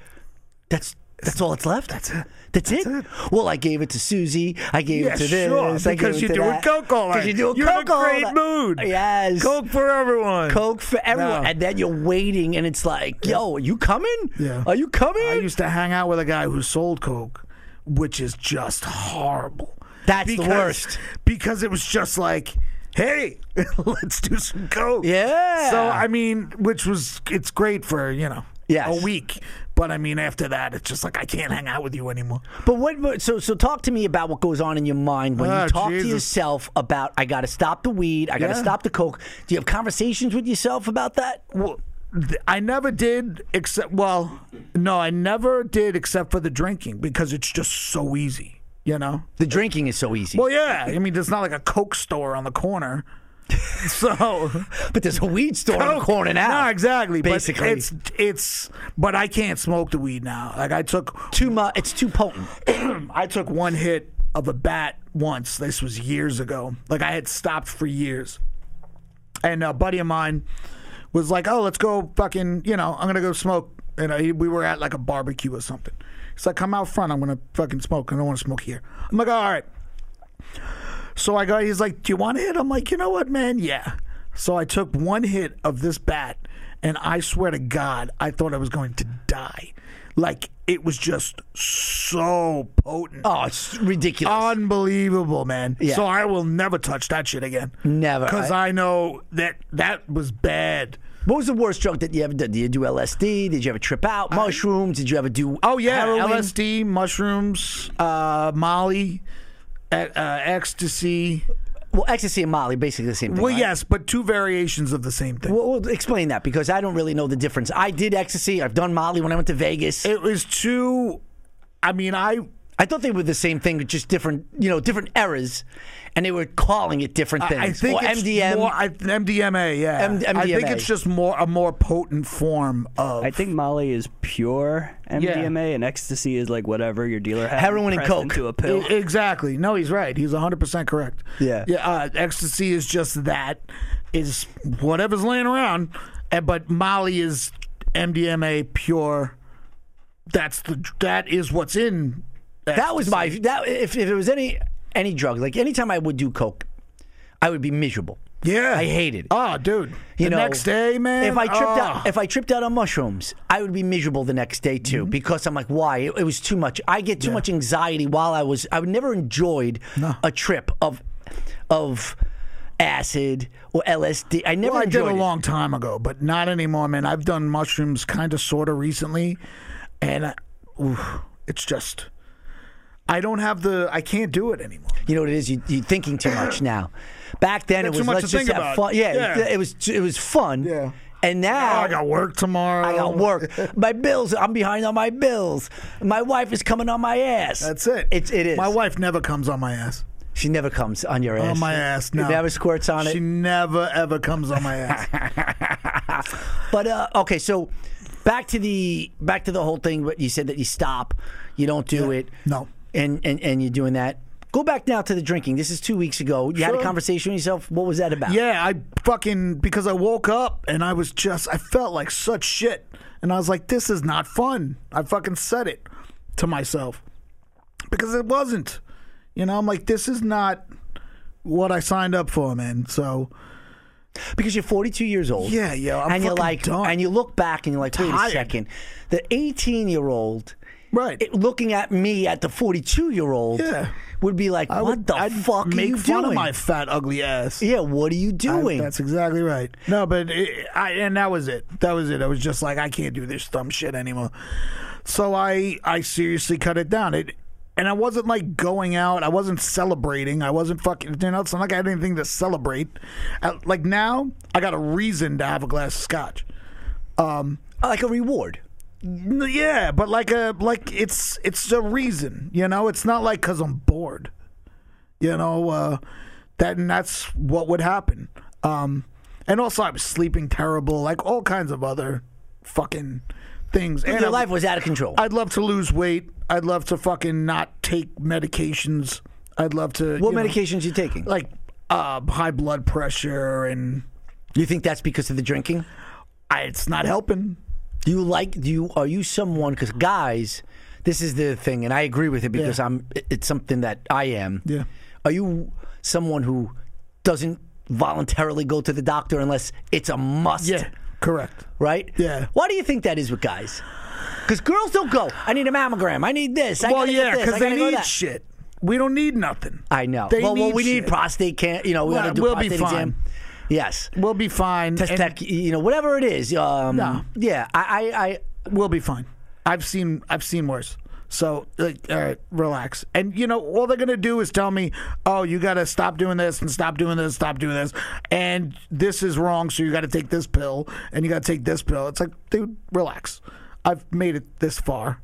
Speaker 1: that's that's all that's left. That's it. That's, it? Well, I gave it to Susie. I gave
Speaker 2: Yeah,
Speaker 1: it to this.
Speaker 2: sure,
Speaker 1: I
Speaker 2: because
Speaker 1: gave
Speaker 2: you're
Speaker 1: it to
Speaker 2: doing
Speaker 1: that.
Speaker 2: coke all
Speaker 1: Because
Speaker 2: night.
Speaker 1: you're doing
Speaker 2: You're in a
Speaker 1: coke all
Speaker 2: great
Speaker 1: night.
Speaker 2: mood.
Speaker 1: Yes.
Speaker 2: Coke for everyone.
Speaker 1: Coke for everyone.
Speaker 2: No.
Speaker 1: And then you're waiting, and it's like, yo, are you coming?
Speaker 2: Yeah.
Speaker 1: Are you coming?
Speaker 2: I used to hang out with a guy who sold coke, which is just horrible.
Speaker 1: That's the worst.
Speaker 2: Because it was just like, hey, let's do some coke.
Speaker 1: Yeah.
Speaker 2: So I mean, which was it's great for you know
Speaker 1: Yes.
Speaker 2: a week, but I mean after that it's just like I can't hang out with you anymore.
Speaker 1: but what? what- So, so talk to me about what goes on in your mind when
Speaker 2: Ah,
Speaker 1: you talk to
Speaker 2: Jesus.
Speaker 1: yourself about I got to stop the weed, I got to
Speaker 2: Yeah.
Speaker 1: stop the coke. Do you have conversations with yourself about that?
Speaker 2: Well, th- I never did except well, no, I never did except for the drinking because it's just so easy, you know.
Speaker 1: The drinking is so easy,
Speaker 2: Well, yeah, I mean, there's not like a Coke store on the corner. So
Speaker 1: Oh. but there's a weed store on the
Speaker 2: Coke.
Speaker 1: corner now.
Speaker 2: No, exactly.
Speaker 1: Basically,
Speaker 2: but it's it's. But I can't smoke the weed now. Like I took,
Speaker 1: too much. It's too potent.
Speaker 2: I took one hit of a bat once. This was years ago. Like I had stopped for years, and a buddy of mine was like, "Oh, let's go fucking. You know, I'm gonna go smoke." And I, we were at like a barbecue or something. He's like, "Come out front. I'm gonna fucking smoke. I don't want to smoke here." I'm like, "All right." So I got, he's like, Do you want to hit? I'm like, You know what, man? Yeah. So I took one hit of this bat, and I swear to God, I thought I was going to die. Like, it was just so potent.
Speaker 1: Oh, it's ridiculous.
Speaker 2: Uh, Unbelievable, man.
Speaker 1: Yeah.
Speaker 2: So I will never touch that shit again.
Speaker 1: Never.
Speaker 2: Because I know that that was bad.
Speaker 1: what was the worst drug that you ever did? Did you do LSD? Did you ever trip out? Mushrooms? Did you ever do?
Speaker 2: Oh yeah,
Speaker 1: heroin?
Speaker 2: LSD, mushrooms, uh, Molly, e- uh, ecstasy.
Speaker 1: Well, ecstasy and Molly, basically the same thing.
Speaker 2: Well,
Speaker 1: right?
Speaker 2: yes, but two variations of the same thing.
Speaker 1: Well, well, explain that because I don't really know the difference. I did ecstasy. I've done Molly when I went to Vegas.
Speaker 2: it was two. I mean, I
Speaker 1: I thought they were the same thing, just different, you know, different eras, and they were calling it different things.
Speaker 2: I- I think
Speaker 1: or
Speaker 2: it's
Speaker 1: MDM.
Speaker 2: More, I, MDMA, yeah.
Speaker 1: M-
Speaker 2: I think
Speaker 1: MDMA.
Speaker 2: it's just more a more potent form of.
Speaker 4: I think Molly is pure MDMA, and ecstasy is like whatever your dealer has.
Speaker 1: Heroin and
Speaker 4: pressed
Speaker 1: coke.
Speaker 4: into a pill.
Speaker 2: E- exactly. No, he's right. He's 100% correct.
Speaker 1: Yeah.
Speaker 2: Yeah. Uh, ecstasy is just that. Is whatever's laying around, and, but Molly is MDMA pure. That's the that is what's in.
Speaker 1: that was my that if, if it was any any drug, like anytime I would do coke, I would be miserable.
Speaker 2: Yeah.
Speaker 1: I hated it.
Speaker 2: Oh, dude.
Speaker 1: You
Speaker 2: the
Speaker 1: know,
Speaker 2: next day, man.
Speaker 1: If I tripped
Speaker 2: oh.
Speaker 1: out, if I tripped out on mushrooms, I would be miserable the next day too
Speaker 2: Mm-hmm.
Speaker 1: because I'm like, why? It, it was too much. I get too much anxiety while I was. I would never enjoyed a trip of, of, acid or LSD. I never
Speaker 2: Well, I did
Speaker 1: enjoyed
Speaker 2: a
Speaker 1: it.
Speaker 2: long time ago, but not anymore, man. I've done mushrooms kind of, sort of recently, and I, oof, it's just I don't have the I can't do it anymore.
Speaker 1: You know what it is? You, you're thinking too much now. Back then, it
Speaker 2: Got too
Speaker 1: was
Speaker 2: much
Speaker 1: let's
Speaker 2: to
Speaker 1: just
Speaker 2: think
Speaker 1: have
Speaker 2: about.
Speaker 1: fun. Yeah,
Speaker 2: Yeah.
Speaker 1: it was it was fun.
Speaker 2: Yeah.
Speaker 1: And
Speaker 2: Oh,
Speaker 1: now
Speaker 2: I got work tomorrow.
Speaker 1: I got work. My bills. I'm behind on my bills. My wife is coming on my ass.
Speaker 2: That's it.
Speaker 1: It's it is.
Speaker 2: My wife never comes on my ass.
Speaker 1: She never comes on your ass.
Speaker 2: On my ass.
Speaker 1: She
Speaker 2: No.
Speaker 1: Never squirts on it.
Speaker 2: She never ever comes on my ass.
Speaker 1: But uh, okay, so back to the back to the whole thing. What you said that you stop, you don't do it.
Speaker 2: No.
Speaker 1: And, and and you're doing that. Go back now to the drinking. This is two weeks ago. You had a
Speaker 2: Sure.
Speaker 1: conversation with yourself. What was that about?
Speaker 2: yeah, I fucking because I woke up and I was just I felt like such shit, and I was like, this is not fun. I fucking said it to myself because it wasn't. You know, I'm like, this is not what I signed up for, man. So
Speaker 1: Because you're 42 years old.
Speaker 2: Yeah, yo, I'm
Speaker 1: and you're
Speaker 2: fucking
Speaker 1: like,
Speaker 2: done.
Speaker 1: and you look back and you're like, wait a
Speaker 2: Tired.
Speaker 1: second, the 18 year old,
Speaker 2: Right.
Speaker 1: looking at me at the 42 year old,
Speaker 2: Yeah.
Speaker 1: would be like, what
Speaker 2: would-
Speaker 1: the
Speaker 2: I'd
Speaker 1: fuck
Speaker 2: make
Speaker 1: are you
Speaker 2: fun
Speaker 1: doing?
Speaker 2: of my fat ugly ass.
Speaker 1: yeah, what are you
Speaker 2: I-
Speaker 1: doing?
Speaker 2: That's exactly right. No, but it, I and that was it. That was it. I was just like, I can't do this dumb shit anymore. So I I seriously cut it down. It and I wasn't like going out. I wasn't celebrating. I wasn't fucking. You know, it's not like I had anything to celebrate. Uh like now, I got a reason to have a glass of scotch.
Speaker 1: like a reward.
Speaker 2: N- Yeah, but like a like it's it's a reason, you know. It's not like because I'm bored, you know. Uh, that and that's what would happen. Um, and also I was sleeping terrible, like all kinds of other fucking things. And
Speaker 1: Your
Speaker 2: I-
Speaker 1: life was out of control.
Speaker 2: I'd love to lose weight. I'd love to fucking not take medications. I'd love to.
Speaker 1: what
Speaker 2: you know,
Speaker 1: medications you taking?
Speaker 2: like uh, high blood pressure, and
Speaker 1: you think that's because of the drinking?
Speaker 2: I, it's not helping.
Speaker 1: Do you like? Do you are you someone? Because guys, this is the thing, and I agree with it because I'm. it- It's something that I am.
Speaker 2: Yeah.
Speaker 1: Are you someone who doesn't voluntarily go to the doctor unless it's a must?
Speaker 2: Yeah, correct.
Speaker 1: Right.
Speaker 2: Yeah.
Speaker 1: Why do you think that is with guys? Because girls don't go. I need a mammogram. I need this. I
Speaker 2: well,
Speaker 1: gotta
Speaker 2: yeah,
Speaker 1: get this. I
Speaker 2: because they
Speaker 1: gotta go
Speaker 2: need
Speaker 1: that."
Speaker 2: shit. We don't need nothing.
Speaker 1: I know.
Speaker 2: They
Speaker 1: well,
Speaker 2: need
Speaker 1: well, we
Speaker 2: shit.
Speaker 1: need prostate can't. You know, we
Speaker 2: Well,
Speaker 1: gotta do
Speaker 2: we'll be
Speaker 1: prostate
Speaker 2: fine.
Speaker 1: exam. Yes.
Speaker 2: We'll be fine.
Speaker 1: Test
Speaker 2: and
Speaker 1: tech. You know, whatever it is. Um,
Speaker 2: No.
Speaker 1: Yeah. I. I. I
Speaker 2: We'll be fine. I've seen. I've seen worse. So, like, all right, relax. And you know, all they're gonna do is tell me, "Oh, you gotta stop doing this and stop doing this, stop doing this, and this is wrong. So you gotta take this pill and you gotta take this pill." It's like, dude, relax. I've made it this far.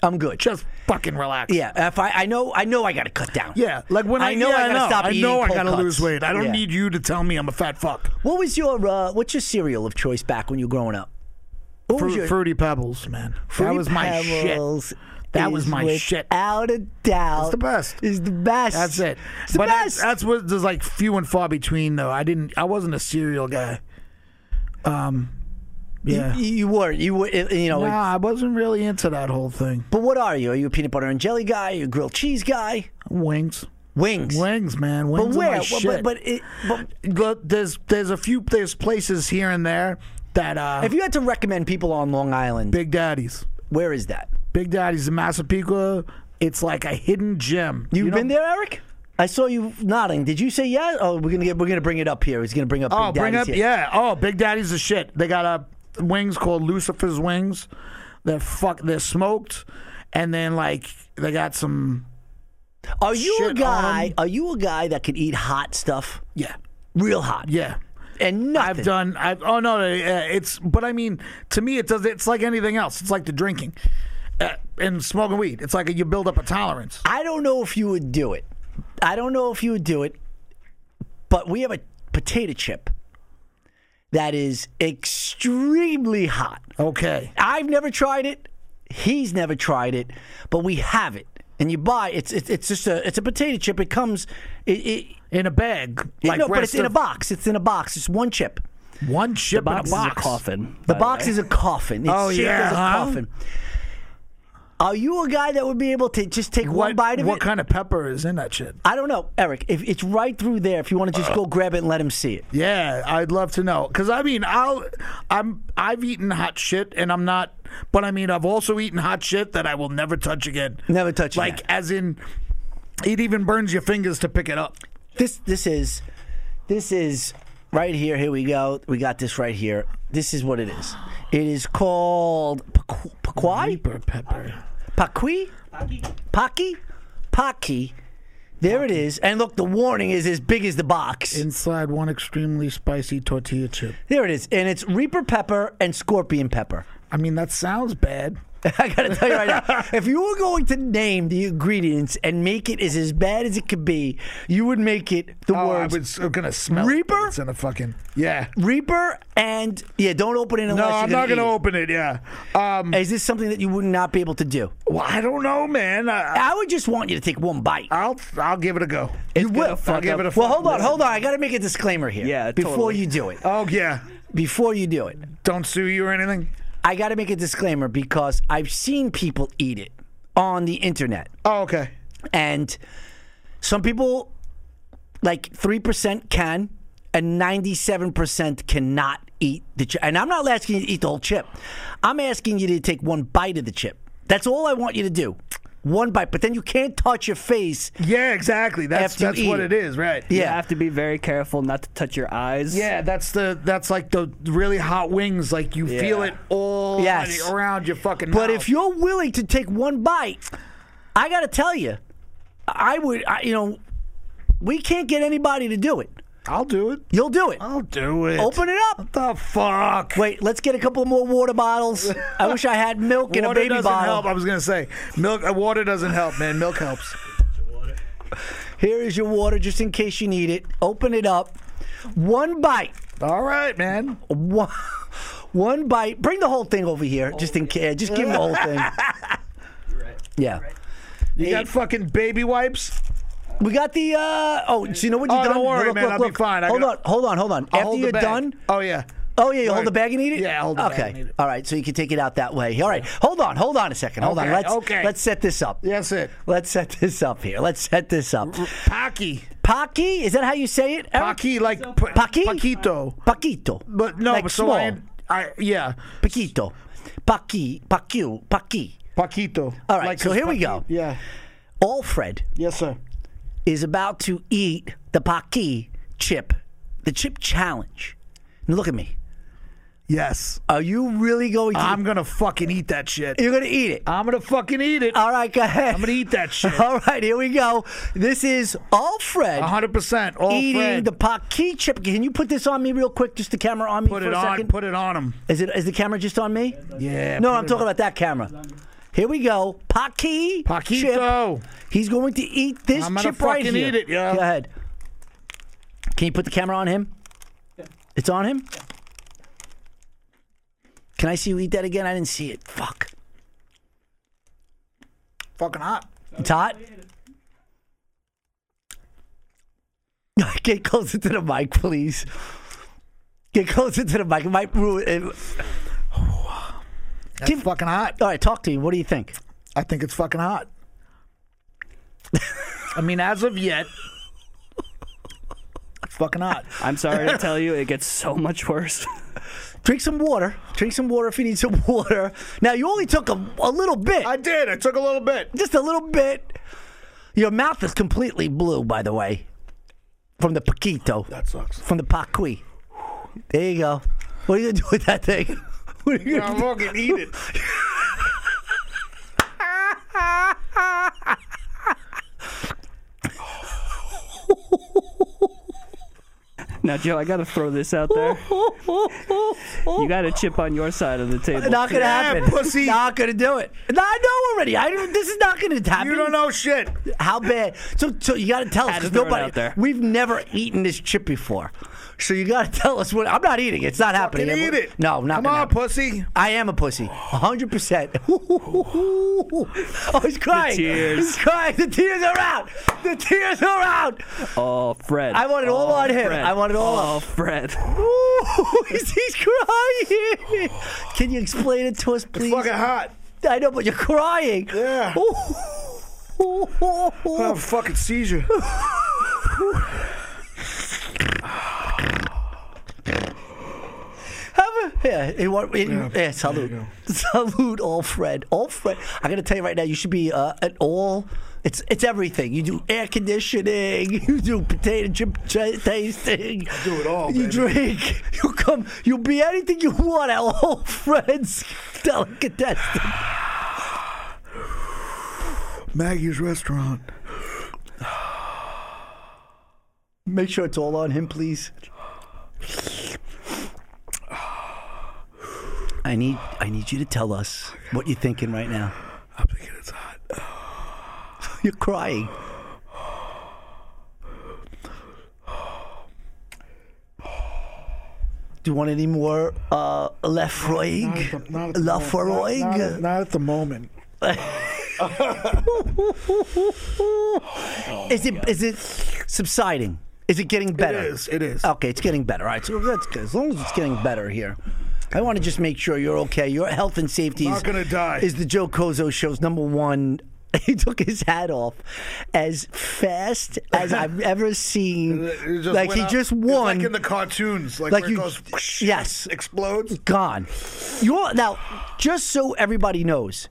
Speaker 1: I'm good.
Speaker 2: Just fucking relax.
Speaker 1: Yeah, if I, I know I know I got to cut down.
Speaker 2: Yeah, like when I,
Speaker 1: I know
Speaker 2: yeah,
Speaker 1: I gotta
Speaker 2: know.
Speaker 1: stop
Speaker 2: I
Speaker 1: eating
Speaker 2: know I
Speaker 1: cold
Speaker 2: gotta
Speaker 1: cuts.
Speaker 2: lose weight. I don't
Speaker 1: Yeah.
Speaker 2: need you to tell me I'm a fat fuck.
Speaker 1: What was your uh, what's your cereal of choice back when you were growing up? What was
Speaker 2: Fruit-
Speaker 1: your
Speaker 2: Fruity Pebbles, man. that
Speaker 1: Fruity
Speaker 2: was my
Speaker 1: Pebbles
Speaker 2: shit. That was
Speaker 1: is
Speaker 2: my shit.
Speaker 1: Without a doubt,
Speaker 2: It's the best.
Speaker 1: Is the best.
Speaker 2: That's it.
Speaker 1: It's the
Speaker 2: but that's-
Speaker 1: best.
Speaker 2: That's, what there's like few and far between though. I didn't. I wasn't a cereal guy. Um. Yeah.
Speaker 1: you, you were you were you know.
Speaker 2: nah, I wasn't really into that whole thing.
Speaker 1: But what are you? Are you a peanut butter and jelly guy? Are you a grilled cheese guy?
Speaker 2: Wings.
Speaker 1: Wings.
Speaker 2: Wings, man.
Speaker 1: but
Speaker 2: Wings are
Speaker 1: where?
Speaker 2: my
Speaker 1: But- But,
Speaker 2: shit.
Speaker 1: but, it, but
Speaker 2: Look, there's there's a few there's places here and there that uh
Speaker 1: if you had to recommend people on Long Island,
Speaker 2: Big Daddy's.
Speaker 1: where is that?
Speaker 2: Big Daddy's in Massapequa. It's like a hidden gem.
Speaker 1: You've
Speaker 2: You know-
Speaker 1: been there, Eric? I saw you nodding. Did you say yes? Oh, we're gonna get, we're gonna bring it up here. He's gonna bring up.
Speaker 2: Oh,
Speaker 1: Big
Speaker 2: bring
Speaker 1: Daddy's
Speaker 2: up
Speaker 1: here.
Speaker 2: yeah. Oh, Big Daddy's the shit. They got a wings called Lucifer's wings. They're fuck. They're smoked, and then like they got some
Speaker 1: Are you a
Speaker 2: shit
Speaker 1: guy?
Speaker 2: on.
Speaker 1: Are you a guy that can eat hot stuff,
Speaker 2: yeah
Speaker 1: real hot,
Speaker 2: yeah.
Speaker 1: and nothing?
Speaker 2: I've done. I've oh no, uh, it's but I mean to me it does. It's like anything else. It's like the drinking. Uh, and smoking weed, it's like you build up a tolerance.
Speaker 1: I don't know if you would do it. I don't know if you would do it, but we have a potato chip that is extremely hot.
Speaker 2: Okay,
Speaker 1: I've never tried it. He's never tried it, but we have it. And you buy it's it's, it's just a it's a potato chip. It comes it, it
Speaker 2: in a bag, like
Speaker 1: no, but
Speaker 2: rest
Speaker 1: it's in a
Speaker 2: of-
Speaker 1: box. It's in a box. It's one chip.
Speaker 2: One chip in
Speaker 4: box
Speaker 2: a
Speaker 4: is
Speaker 2: box.
Speaker 4: a coffin.
Speaker 1: The
Speaker 4: by
Speaker 1: box
Speaker 4: way.
Speaker 1: is a coffin. It's
Speaker 2: Oh,
Speaker 1: shaped
Speaker 2: yeah,
Speaker 1: as a
Speaker 2: huh?
Speaker 1: coffin. Are you a guy that would be able to just take one
Speaker 2: What,
Speaker 1: bite of
Speaker 2: what
Speaker 1: it?
Speaker 2: kind of pepper is in that shit?
Speaker 1: I don't know, Eric. If it's right through there, if you want to just go
Speaker 2: Uh.
Speaker 1: grab it and let him see it.
Speaker 2: Yeah, I'd love to know. Cause I mean, I'll, I'm, I've eaten hot shit, and I'm not. But I mean, I've also eaten hot shit that I will never touch again.
Speaker 1: Never touch it
Speaker 2: Like,
Speaker 1: again.
Speaker 2: as in, it even burns your fingers to pick it up.
Speaker 1: This this is this is right here. Here we go. We got this right here. This is what it is. It is called paqu- paqui.
Speaker 2: Reaper pepper.
Speaker 1: Paqui? Paki? Paki. There it is. And look, the warning is as big as the box.
Speaker 2: Inside one extremely spicy tortilla chip.
Speaker 1: There it is. And it's Reaper pepper and Scorpion pepper.
Speaker 2: I mean, that sounds bad.
Speaker 1: I gotta tell you right now, if you were going to name the ingredients and make it as, as bad as it could be, you would make it the
Speaker 2: Oh, I
Speaker 1: words
Speaker 2: was uh, gonna smell it.
Speaker 1: Reaper?
Speaker 2: It's in a fucking yeah.
Speaker 1: Reaper and yeah. Don't open it unless
Speaker 2: No,
Speaker 1: you're
Speaker 2: I'm not
Speaker 1: gonna
Speaker 2: gonna
Speaker 1: eat
Speaker 2: open it. Yeah. Um.
Speaker 1: it. Is this something that you would not be able to do?
Speaker 2: Well, I don't know, man. I,
Speaker 1: I would just want you to take one bite.
Speaker 2: I'll I'll give it a go.
Speaker 1: you
Speaker 4: gonna
Speaker 1: will.
Speaker 4: fuck
Speaker 2: I'll give
Speaker 4: up.
Speaker 2: it a.
Speaker 1: Well, hold on,
Speaker 2: listen.
Speaker 1: hold on. I gotta make a disclaimer here.
Speaker 4: Yeah,
Speaker 1: before
Speaker 4: totally.
Speaker 1: you do it,
Speaker 2: Oh yeah.
Speaker 1: before you do it,
Speaker 2: Don't sue you or anything.
Speaker 1: I gotta make a disclaimer because I've seen people eat it on the internet.
Speaker 2: Oh okay.
Speaker 1: And some people, like 3% can, and 97% cannot eat the chip. And I'm not asking you to eat the whole chip. I'm asking you to take one bite of the chip. That's all I want you to do. One bite. But then you can't touch your face.
Speaker 2: Yeah, exactly. That's
Speaker 1: After you
Speaker 2: that's what
Speaker 1: eat
Speaker 2: it
Speaker 1: it.
Speaker 2: is, right?
Speaker 1: Yeah.
Speaker 4: You have to be very careful not to touch your eyes.
Speaker 2: Yeah, that's the that's like the really hot wings. Like you feel
Speaker 4: Yeah.
Speaker 2: it all
Speaker 1: Yes.
Speaker 2: around your fucking.
Speaker 1: But
Speaker 2: mouth.
Speaker 1: if you're willing to take one bite, I got to tell you, I would, I, you know, we can't get anybody to do it.
Speaker 2: I'll do it.
Speaker 1: You'll do it.
Speaker 2: I'll do it.
Speaker 1: Open it up.
Speaker 2: What the fuck?
Speaker 1: Wait, let's get a couple more water bottles. I wish I had milk in a
Speaker 2: water
Speaker 1: baby
Speaker 2: doesn't
Speaker 1: bottle.
Speaker 2: help. I was gonna say milk. uh, Water doesn't help, man. Milk helps.
Speaker 1: Here is your water just in case you need it. Open it up. One bite.
Speaker 2: All right, man.
Speaker 1: One, one bite. Bring the whole thing over here just
Speaker 2: Oh.
Speaker 1: in case. Just give him the whole thing. Yeah.
Speaker 2: You got fucking baby wipes.
Speaker 1: We got the. Uh, oh, so you know what
Speaker 2: Oh,
Speaker 1: you've done?
Speaker 2: don't worry, man, I'll be fine. I
Speaker 1: hold
Speaker 2: gotta-
Speaker 1: on, hold on, hold on.
Speaker 2: I'll
Speaker 1: After
Speaker 2: hold the
Speaker 1: you're
Speaker 2: bag.
Speaker 1: done.
Speaker 2: Oh yeah.
Speaker 1: Oh, yeah, you hold
Speaker 2: Word.
Speaker 1: the bag and eat it?
Speaker 2: Yeah, I'll hold the
Speaker 1: okay.
Speaker 2: bag and eat it.
Speaker 1: All right, so you can take it out that way. All right, hold on, hold on a second. Hold on.
Speaker 2: Okay,
Speaker 1: Let's,
Speaker 2: okay.
Speaker 1: let's set this up.
Speaker 2: That's it.
Speaker 1: Let's set this up here. Let's set this up.
Speaker 2: Paki.
Speaker 1: Paki? Is that how you say it? Eric?
Speaker 2: Paki like pa-
Speaker 1: Paki?
Speaker 2: Paquito.
Speaker 1: Paquito.
Speaker 2: But no,
Speaker 1: like
Speaker 2: but so
Speaker 1: small.
Speaker 2: I, I yeah.
Speaker 1: Paquito. Paqui. Pacu. Paqui.
Speaker 2: Paquito.
Speaker 1: All right,
Speaker 2: Like
Speaker 1: so
Speaker 2: his
Speaker 1: here we go.
Speaker 2: paqui- Yeah.
Speaker 1: Alfred
Speaker 2: Yes, sir.
Speaker 1: is about to eat the Paqui chip, the chip challenge. Now look at me.
Speaker 2: Yes.
Speaker 1: Are you really going to?
Speaker 2: I'm gonna fucking eat that shit.
Speaker 1: you're going to eat it.
Speaker 2: I'm gonna fucking eat it.
Speaker 1: All right, go ahead.
Speaker 2: I'm gonna eat that shit.
Speaker 1: All right, here we go. This is Alfred.
Speaker 2: 100 percent. All
Speaker 1: Eating
Speaker 2: Fred.
Speaker 1: the Paqui chip. Can you put this on me real quick? Just the camera on me
Speaker 2: put
Speaker 1: for
Speaker 2: it
Speaker 1: a
Speaker 2: on.
Speaker 1: second.
Speaker 2: Put it on him.
Speaker 1: Is it? Is the camera just on me?
Speaker 2: Yeah.
Speaker 1: No,
Speaker 2: put
Speaker 1: I'm
Speaker 2: it
Speaker 1: talking
Speaker 2: on.
Speaker 1: about that camera. Here we go. Paki. Chip.
Speaker 2: Paquito.
Speaker 1: He's going to eat this
Speaker 2: I'm gonna
Speaker 1: chip right
Speaker 2: fucking
Speaker 1: here.
Speaker 2: eat it, yeah.
Speaker 1: Go ahead. Can you put the camera on him? It's on him? Can I see you eat that again? I didn't see it. Fuck.
Speaker 2: Fucking hot.
Speaker 1: It's hot? Get closer to the mic, please. Get closer to the mic. It might ruin it.
Speaker 2: That's
Speaker 1: Give-
Speaker 2: fucking hot.
Speaker 1: All right, talk to me. What do you think?
Speaker 2: I think it's fucking hot. I mean, as of yet, it's fucking hot.
Speaker 4: I'm sorry to tell you, it gets so much worse.
Speaker 1: Drink some water. Drink some water if you need some water. Now you only took a, a little bit,
Speaker 2: I did. I took a little bit.
Speaker 1: just a little bit. Your mouth is completely blue, by the way, from the paquito,
Speaker 2: That sucks.
Speaker 1: from the paqui. There you go. What are you gonna do with that thing? What are you gonna
Speaker 2: I'm fucking eat it.
Speaker 4: now, Joe, I gotta throw this out there. You got a chip on your side of the table.
Speaker 1: Not gonna
Speaker 2: Yeah,
Speaker 1: happen.
Speaker 2: pussy.
Speaker 1: Not gonna do it. No, I know already. I don't, this is not gonna happen.
Speaker 2: You don't know shit.
Speaker 1: How bad? So, so you got to tell us
Speaker 4: Had to
Speaker 1: 'cause
Speaker 4: throw it
Speaker 1: nobody.
Speaker 4: out there.
Speaker 1: We've never eaten this chip before, so you got to tell us what. I'm not eating. it. It's not happening.
Speaker 2: Fucking eat it.
Speaker 1: No, not
Speaker 2: Come
Speaker 1: gonna
Speaker 2: on,
Speaker 1: happen.
Speaker 2: pussy.
Speaker 1: I am a pussy, hundred percent. Oh, he's crying.
Speaker 4: tears.
Speaker 1: He's crying. The tears are out. The tears are out.
Speaker 4: Oh, Fred.
Speaker 1: I want it all
Speaker 4: Oh,
Speaker 1: on him.
Speaker 4: Fred.
Speaker 1: I want it all
Speaker 4: Oh,
Speaker 1: on-
Speaker 4: Fred.
Speaker 1: Ooh, he's, he's crying. Can you explain it to us, please?
Speaker 2: Fucking hot.
Speaker 1: I know, but you're crying.
Speaker 2: Yeah. I have a fucking seizure.
Speaker 1: Have a, yeah, it, wa- it, yeah, salute, salute, all Fred, all Fred. I'm gonna tell you right now, you should be uh, at all. It's it's everything. You do air conditioning. You do potato chip t- tasting. I
Speaker 2: do it all,
Speaker 1: You
Speaker 2: baby.
Speaker 1: drink. You come. You be anything you want at all Fred's delicatessen.
Speaker 5: Maggie's restaurant.
Speaker 1: Make sure it's all on him, please. I need I need you to tell us what you're thinking right now.
Speaker 5: I'm thinking it's hot.
Speaker 1: You're crying. Do you want any more uh, Lefroig?
Speaker 5: Not at the moment. Not, not-
Speaker 1: Lefroig?
Speaker 5: not at the moment.
Speaker 1: Oh, Is it is it subsiding? Is it getting better?
Speaker 5: is, it is.
Speaker 1: Okay, it's getting better. All right, so that's good. As long as it's getting better here. I want to just make sure you're okay. Your health and safety
Speaker 5: Not
Speaker 1: is,
Speaker 5: gonna die.
Speaker 1: is the Joe Cozo show's number one. He took his hat off as fast as I've ever seen.
Speaker 2: It just
Speaker 1: like
Speaker 2: went
Speaker 1: he
Speaker 2: up.
Speaker 1: just
Speaker 2: It's
Speaker 1: won.
Speaker 2: like in the cartoons, like,
Speaker 1: Like
Speaker 2: where
Speaker 1: you-
Speaker 2: it goes, whoosh,
Speaker 1: yes.
Speaker 2: explodes.
Speaker 1: gone. You're now, just so everybody knows,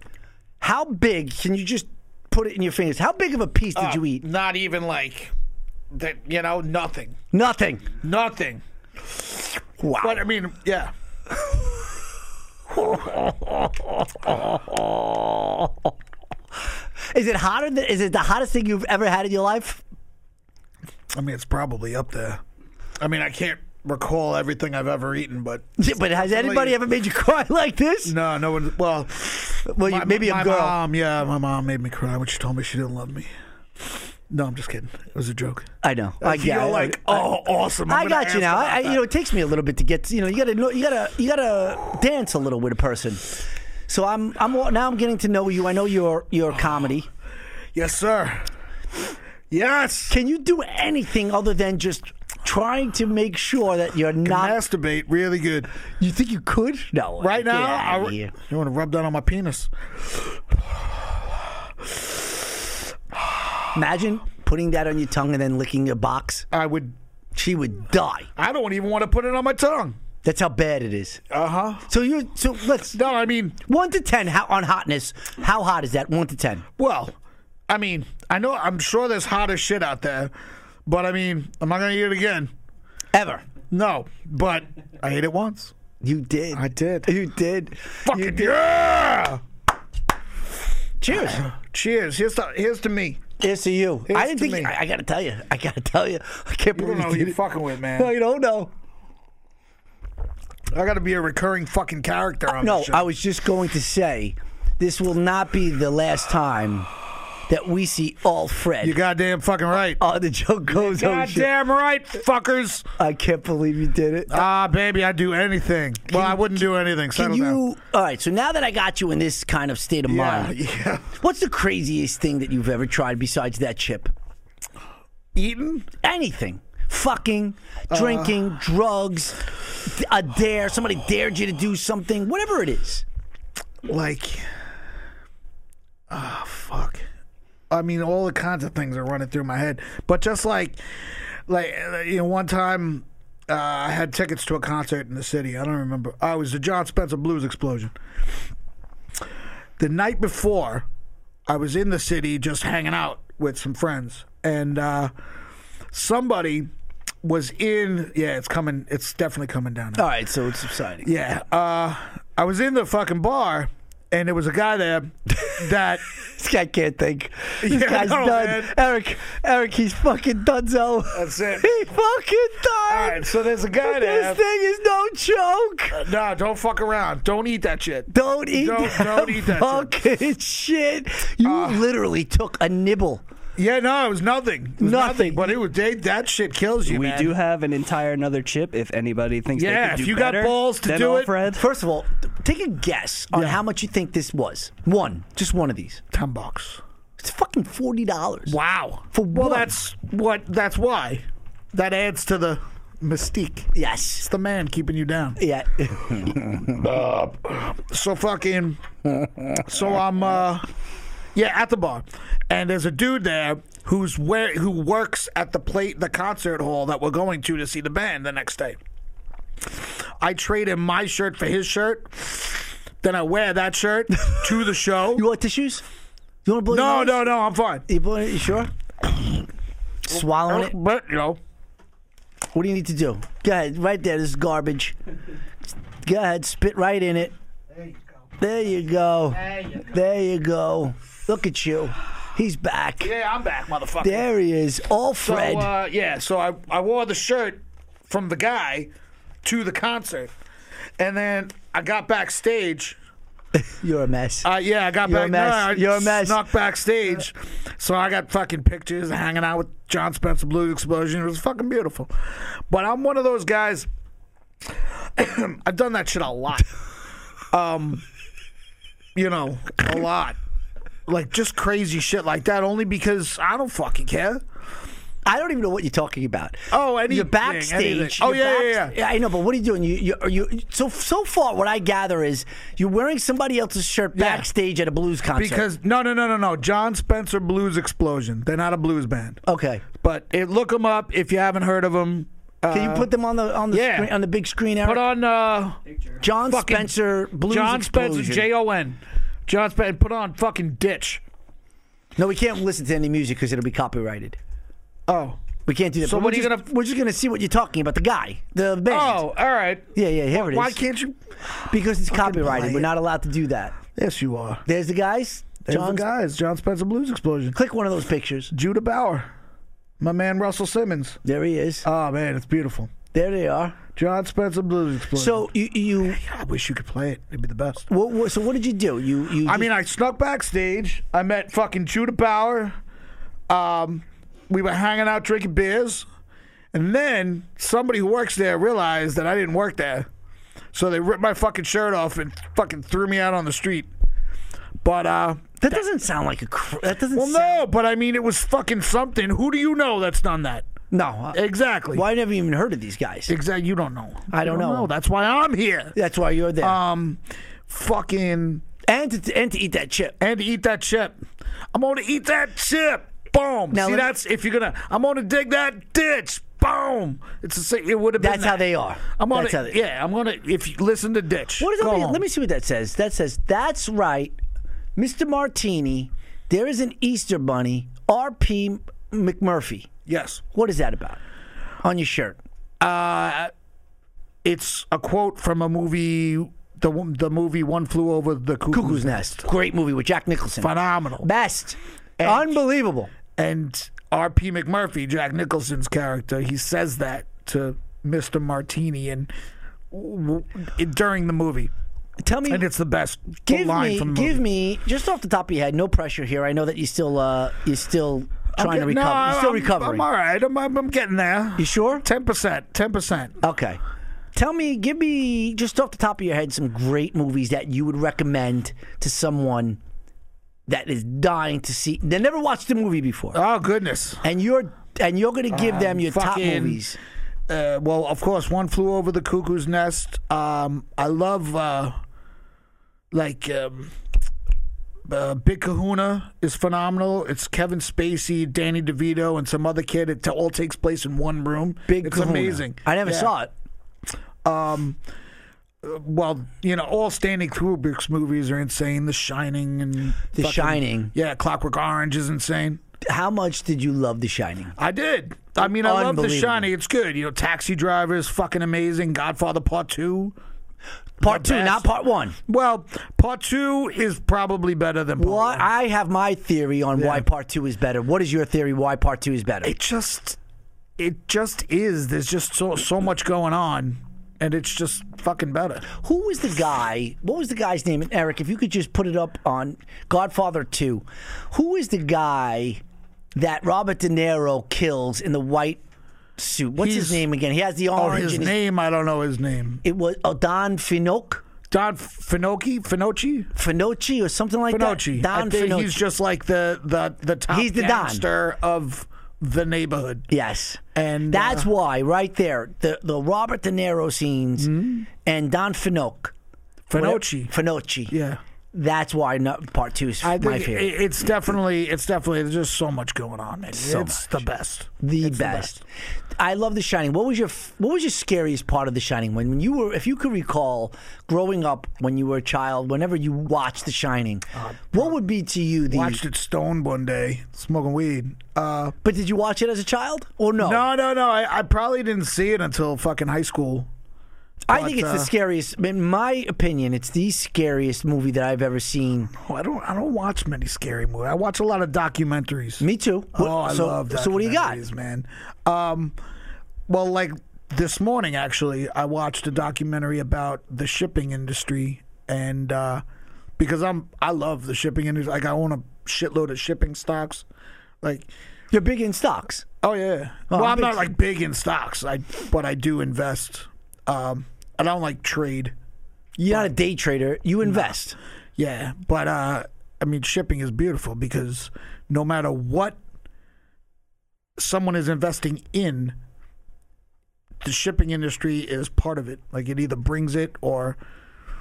Speaker 1: how big can you just put it in your fingers? How big of a piece did
Speaker 2: Uh,
Speaker 1: you eat?
Speaker 2: Not even like that, you know, nothing,
Speaker 1: Nothing.
Speaker 2: nothing.
Speaker 1: Wow.
Speaker 2: But I mean, yeah.
Speaker 1: Is it hotter than? Is it the hottest thing you've ever had in your life?
Speaker 2: I mean, it's probably up there. I mean, I can't recall everything I've ever eaten, but
Speaker 1: Yeah, But has anybody ever made you cry like this?
Speaker 2: no, no one. Well,
Speaker 1: Well,
Speaker 2: my,
Speaker 1: you, maybe
Speaker 2: my
Speaker 1: a girl.
Speaker 2: mom. Yeah, my mom made me cry when she told me she didn't love me. No, I'm just kidding. It was a joke.
Speaker 1: I know. I
Speaker 2: If
Speaker 1: get.
Speaker 2: You're
Speaker 1: it.
Speaker 2: like, oh, awesome. I'm
Speaker 1: I
Speaker 2: gonna
Speaker 1: got you
Speaker 2: ask
Speaker 1: now.
Speaker 2: about
Speaker 1: I, I, you
Speaker 2: that."
Speaker 1: know, it takes me a little bit to get. To, you know, you gotta know. You gotta. You gotta dance a little with a person. So I'm. I'm wa- now. I'm getting to know you. I know your your comedy.
Speaker 2: yes, sir. Yes.
Speaker 1: Can you do anything other than just trying to make sure that you're not?
Speaker 2: masturbate really good.
Speaker 1: you think you could? No.
Speaker 2: Right
Speaker 1: get
Speaker 2: now,
Speaker 1: outta
Speaker 2: I,
Speaker 1: here.
Speaker 2: you want to rub that on my penis?
Speaker 1: Imagine putting that on your tongue and then licking a box.
Speaker 2: I would.
Speaker 1: She would die.
Speaker 2: I don't even want to put it on my tongue.
Speaker 1: That's how bad it is.
Speaker 2: Uh huh.
Speaker 1: So you so let's
Speaker 2: No, I mean,
Speaker 1: one to ten how, on hotness. How hot is that? One to ten.
Speaker 2: well, I mean, I know, I'm sure there's hotter shit out there, but I mean, I'm not gonna eat it again.
Speaker 1: Ever.
Speaker 2: No, but I ate it once.
Speaker 1: You did.
Speaker 2: I did.
Speaker 1: You did.
Speaker 2: Fucking yeah!
Speaker 1: Cheers.
Speaker 2: Cheers. Here's to here's to me.
Speaker 1: Here's to you. I
Speaker 2: Here's
Speaker 1: didn't
Speaker 2: to
Speaker 1: think.
Speaker 2: me.
Speaker 1: I, I gotta tell you. I gotta tell you. I can't
Speaker 2: You
Speaker 1: believe
Speaker 2: don't know who
Speaker 1: you
Speaker 2: you're
Speaker 1: did
Speaker 2: fucking with,
Speaker 1: it. No,
Speaker 2: man.
Speaker 1: you don't know.
Speaker 2: I gotta be a recurring fucking character on
Speaker 1: No,
Speaker 2: this shit.
Speaker 1: I was just going to say, this will not be the last time that we see all Fred
Speaker 2: You goddamn fucking right.
Speaker 1: on the Joe Gozo show.
Speaker 2: Goddamn right, fuckers.
Speaker 1: I can't believe you did it.
Speaker 2: Ah, baby, I'd do anything. well, I wouldn't do anything.
Speaker 1: Can
Speaker 2: Settle down.
Speaker 1: you? All right. So now that I got you in this kind of state of
Speaker 2: Yeah,
Speaker 1: mind,
Speaker 2: yeah.
Speaker 1: what's the craziest thing that you've ever tried besides that chip?
Speaker 2: Eating?
Speaker 1: anything. Fucking, drinking, drugs, a dare, somebody dared you to do something, whatever it is.
Speaker 2: Like, ah, fuck. I mean, all the kinds of things are running through my head. But just like, like uh, you know, one time uh, I had tickets to a concert in the city. I don't remember. Oh, it was the John Spencer Blues Explosion. The night before, I was in the city just hanging out with some friends, and uh, somebody was in. Yeah, it's coming. It's definitely coming down.
Speaker 1: All right, so it's subsiding.
Speaker 2: Yeah. Uh, I was in the fucking bar, and there was a guy there that.
Speaker 1: This guy can't think. This
Speaker 2: Yeah,
Speaker 1: guy's
Speaker 2: no,
Speaker 1: done.
Speaker 2: man.
Speaker 1: Eric, Eric, he's fucking donezo.
Speaker 2: That's it.
Speaker 1: He fucking
Speaker 2: All
Speaker 1: died.
Speaker 2: right, so there's a guy there.
Speaker 1: This thing is no joke.
Speaker 2: no, don't fuck around. Don't eat that shit.
Speaker 1: Don't eat
Speaker 2: Don't-
Speaker 1: that Ah.
Speaker 2: don't eat that
Speaker 1: fucking shit. You literally took a nibble.
Speaker 2: Yeah, no, it was nothing. It was
Speaker 1: Nothing.
Speaker 2: But it was they, that shit kills you.
Speaker 4: We
Speaker 2: man.
Speaker 4: do have an entire another chip. If anybody thinks
Speaker 2: Yeah,
Speaker 4: they could
Speaker 2: if
Speaker 4: do
Speaker 2: you got
Speaker 4: better
Speaker 2: balls to
Speaker 4: than
Speaker 2: do it,
Speaker 4: Alfred,
Speaker 1: First of all, th- take a guess on how much you think this was. One, just one of these.
Speaker 2: ten bucks.
Speaker 1: It's fucking forty dollars.
Speaker 2: Wow.
Speaker 1: For
Speaker 2: well,
Speaker 1: what?
Speaker 2: that's what. That's why. That adds to the Mystique.
Speaker 1: Yes.
Speaker 2: It's the man keeping you down.
Speaker 1: Yeah.
Speaker 2: So fucking. So I'm. uh Yeah, at the bar, and there's a dude there who's where who works at the plate the concert hall that we're going to to see the band the next day. I trade him my shirt for his shirt. Then I wear that shirt to the show.
Speaker 1: You want tissues? You want to blow your
Speaker 2: No,
Speaker 1: nose?
Speaker 2: no, no, I'm fine.
Speaker 1: You, blow, you sure? Swallowing it.
Speaker 2: But you know,
Speaker 1: What do you need to do? Go ahead, right there. This is garbage. Go ahead, spit right in it. There you go. There you go. Look at you. He's back.
Speaker 2: yeah, I'm back, motherfucker.
Speaker 1: There he is, all
Speaker 2: So
Speaker 1: Fred.
Speaker 2: uh, yeah, so I I wore the shirt from the guy to the concert, and then I got backstage.
Speaker 1: You're a mess.
Speaker 2: Uh, yeah, I got
Speaker 1: You're a
Speaker 2: back.
Speaker 1: mess.
Speaker 2: No, I
Speaker 1: You're a mess.
Speaker 2: Snuck backstage, so I got fucking pictures hanging out with John Spencer Blue Explosion. It was fucking beautiful, but I'm one of those guys. I've done that shit a lot. Um, you know, a lot. Like just crazy shit like that. Only because I don't fucking care.
Speaker 1: I don't even know what you're talking about.
Speaker 2: Oh,
Speaker 1: you're
Speaker 2: anything,
Speaker 1: backstage.
Speaker 2: anything. Oh,
Speaker 1: you're
Speaker 2: yeah, yeah,
Speaker 1: back- I know, but what are you doing? You, you, are you so so far. What I gather is you're wearing somebody else's shirt
Speaker 2: Yeah.
Speaker 1: backstage at a blues concert.
Speaker 2: Because no, no, no, no, no. John Spencer Blues Explosion. They're not a blues band,
Speaker 1: okay,
Speaker 2: but it, look them up if you haven't heard of them. Uh,
Speaker 1: can you put them on the on the
Speaker 2: yeah.
Speaker 1: screen, on the big screen? Eric?
Speaker 2: put on uh,
Speaker 1: John
Speaker 2: fucking
Speaker 1: Spencer blues
Speaker 2: John Spencer
Speaker 1: Explosion.
Speaker 2: J O N. John Spencer. Put on fucking ditch.
Speaker 1: No, we can't listen to any music because it'll be copyrighted.
Speaker 2: Oh.
Speaker 1: We can't do that.
Speaker 2: So
Speaker 1: But
Speaker 2: what
Speaker 1: we're
Speaker 2: are you
Speaker 1: just-
Speaker 2: gonna-
Speaker 1: We're just gonna see what you're talking about. The guy, the band.
Speaker 2: Oh, all right.
Speaker 1: yeah, yeah. Here it is.
Speaker 2: Why can't you?
Speaker 1: Because it's copyrighted.
Speaker 2: play
Speaker 1: We're
Speaker 2: it.
Speaker 1: not allowed to do that.
Speaker 2: Yes, you are.
Speaker 1: There's the guys.
Speaker 2: There's
Speaker 1: John's-
Speaker 2: the guys. John Spencer Blues Explosion.
Speaker 1: Click one of those pictures.
Speaker 2: Judah Bauer. My man Russell Simmons.
Speaker 1: There he is.
Speaker 2: Oh man, it's beautiful.
Speaker 1: There they are.
Speaker 2: John Spencer Blues Explosion.
Speaker 1: So you, you
Speaker 2: I wish you could play it. It'd be the best.
Speaker 1: what, what, so what did you do? You, you.
Speaker 2: I
Speaker 1: just-
Speaker 2: mean, I snuck backstage. I met fucking Judah Bauer. Um, we were hanging out drinking beers, and then somebody who works there realized that I didn't work there, so they ripped my fucking shirt off and fucking threw me out on the street. But uh,
Speaker 1: that doesn't sound like a. Cr- that doesn't.
Speaker 2: well,
Speaker 1: sound,
Speaker 2: no. But I mean, it was fucking something. Who do you know that's done that?
Speaker 1: no. No.
Speaker 2: Exactly.
Speaker 1: Well, I never even heard of these guys.
Speaker 2: Exactly. You don't know.
Speaker 1: I
Speaker 2: You
Speaker 1: don't know.
Speaker 2: That's why I'm here.
Speaker 1: That's why you're there.
Speaker 2: Um, fucking.
Speaker 1: and to, and to eat that chip.
Speaker 2: and to eat that chip. I'm gonna eat that chip. Boom.
Speaker 1: Now let
Speaker 2: See,
Speaker 1: me-
Speaker 2: that's if you're gonna. I'm gonna dig that ditch. Boom. It's the same. It would have been.
Speaker 1: That's
Speaker 2: that.
Speaker 1: how they are.
Speaker 2: I'm gonna.
Speaker 1: That's how they-
Speaker 2: yeah, I'm gonna. If you listen to ditch.
Speaker 1: What does
Speaker 2: Go
Speaker 1: that mean?
Speaker 2: home.
Speaker 1: Let me see what that says. That says that's right, Mr. Martini. There is an Easter Bunny. R.P. McMurphy.
Speaker 2: Yes.
Speaker 1: What is that about? On your shirt.
Speaker 2: It's a quote from a movie. The one- the movie One Flew Over the Cuckoo's,
Speaker 1: Cuckoo's Nest. Great movie with Jack Nicholson.
Speaker 2: Phenomenal.
Speaker 1: Best. Unbelievable.
Speaker 2: and R.P. McMurphy, Jack Nicholson's character, he says that to Mr. Martini and w- w- during the movie,
Speaker 1: Tell me.
Speaker 2: and it's the best
Speaker 1: give
Speaker 2: line
Speaker 1: me.
Speaker 2: from the
Speaker 1: Give
Speaker 2: movie.
Speaker 1: me. Just off the top of your head. No pressure here. I know that you still. Uh, you're still trying to
Speaker 2: Okay,
Speaker 1: recover.
Speaker 2: No,
Speaker 1: you're still
Speaker 2: I'm,
Speaker 1: recovering.
Speaker 2: I'm all right. I'm, I'm, I'm getting there.
Speaker 1: You sure?
Speaker 2: Ten percent. Ten percent.
Speaker 1: Okay. Tell me, give me just off the top of your head some great movies that you would recommend to someone that is dying to see. They never watched a movie before,
Speaker 2: Oh goodness.
Speaker 1: and you're and you're going to give them your top
Speaker 2: fucking-
Speaker 1: movies.
Speaker 2: Uh, well, of course, one flew over the cuckoo's nest. Um, I love uh, like um, uh, Big Kahuna is phenomenal. It's Kevin Spacey, Danny DeVito, and some other kid. It all takes place in one room.
Speaker 1: Big,
Speaker 2: it's
Speaker 1: Kahuna.
Speaker 2: amazing.
Speaker 1: I never
Speaker 2: Yeah. uh,
Speaker 1: saw it.
Speaker 2: Well, you know, all Stanley Kubrick's movies are insane. The Shining and
Speaker 1: The
Speaker 2: fucking-
Speaker 1: Shining.
Speaker 2: Yeah, Clockwork Orange is insane.
Speaker 1: How much did you love The Shining?
Speaker 2: I did. I mean, I love The
Speaker 1: Unbelievable.
Speaker 2: Shining. It's good. You know, Taxi Driver is fucking amazing. Godfather Part Two.
Speaker 1: Part
Speaker 2: The
Speaker 1: two,
Speaker 2: best.
Speaker 1: not part one.
Speaker 2: Well, Part Two is probably better than Part
Speaker 1: Well,
Speaker 2: One.
Speaker 1: I have my theory on why part two is better. What is your theory? Why part two is better?
Speaker 2: it just, it just is. There's just so so much going on, and it's just fucking better.
Speaker 1: Who was the guy? What was the guy's name? And Eric, if you could just put it up on Godfather 2. Who is the guy that Robert De Niro kills in the white suit? What's his
Speaker 2: He's-
Speaker 1: name again? He has the
Speaker 2: Oh,
Speaker 1: orange.
Speaker 2: his
Speaker 1: and
Speaker 2: name, I don't know his name.
Speaker 1: It was oh, Don Finocchi,
Speaker 2: Don Finocchi, Finocchi,
Speaker 1: Finocchi or something like
Speaker 2: Finocchi.
Speaker 1: that. Don
Speaker 2: I think
Speaker 1: Finocchi.
Speaker 2: He's just like the the the top
Speaker 1: He's the Don.
Speaker 2: gangster of
Speaker 6: the neighborhood.
Speaker 1: Yes.
Speaker 6: And,
Speaker 2: uh,
Speaker 1: that's why right there, the the Robert De Niro scenes and Don Finocchi.
Speaker 6: Finocchi.
Speaker 1: Hmm? Finocchi.
Speaker 6: Yeah.
Speaker 1: That's why no- part two is
Speaker 6: I think
Speaker 1: my favorite.
Speaker 6: it- it's definitely it's definitely there's just so much going on. man.
Speaker 1: So
Speaker 6: it's the best.
Speaker 1: the, best. I love The Shining. What was your f- What was your scariest part of The Shining when, when you were, if you could recall, growing up when you were a child, whenever you watched The Shining, what would be to you the?
Speaker 2: Watched it stoned one day, smoking weed. Uh,
Speaker 1: but did you watch it as a child or no?
Speaker 2: no, no, no. I, I probably didn't see it until fucking high school.
Speaker 1: I think it's the
Speaker 2: uh,
Speaker 1: scariest. In my opinion, it's the scariest movie that I've ever seen.
Speaker 2: Oh, I don't. I don't watch many scary movies. I watch a lot of documentaries.
Speaker 1: Me too.
Speaker 2: oh, I
Speaker 1: so,
Speaker 2: love
Speaker 1: So what do you got?
Speaker 2: documentaries, man? Um, well, like this morning, actually, I watched a documentary about the shipping industry, and uh, because I'm, I love the shipping industry. Like, I own a shitload of shipping stocks. Like,
Speaker 1: You're big in stocks.
Speaker 2: oh yeah.
Speaker 1: Oh,
Speaker 2: well,
Speaker 1: I'm
Speaker 2: I'm
Speaker 1: big-
Speaker 2: not like big in stocks. I, but I do invest. Um, I don't like trade.
Speaker 1: You're not a day trader. You invest.
Speaker 2: Yeah, but uh I mean shipping is beautiful because no matter what someone is investing in the shipping industry is part of it. Like it either brings it or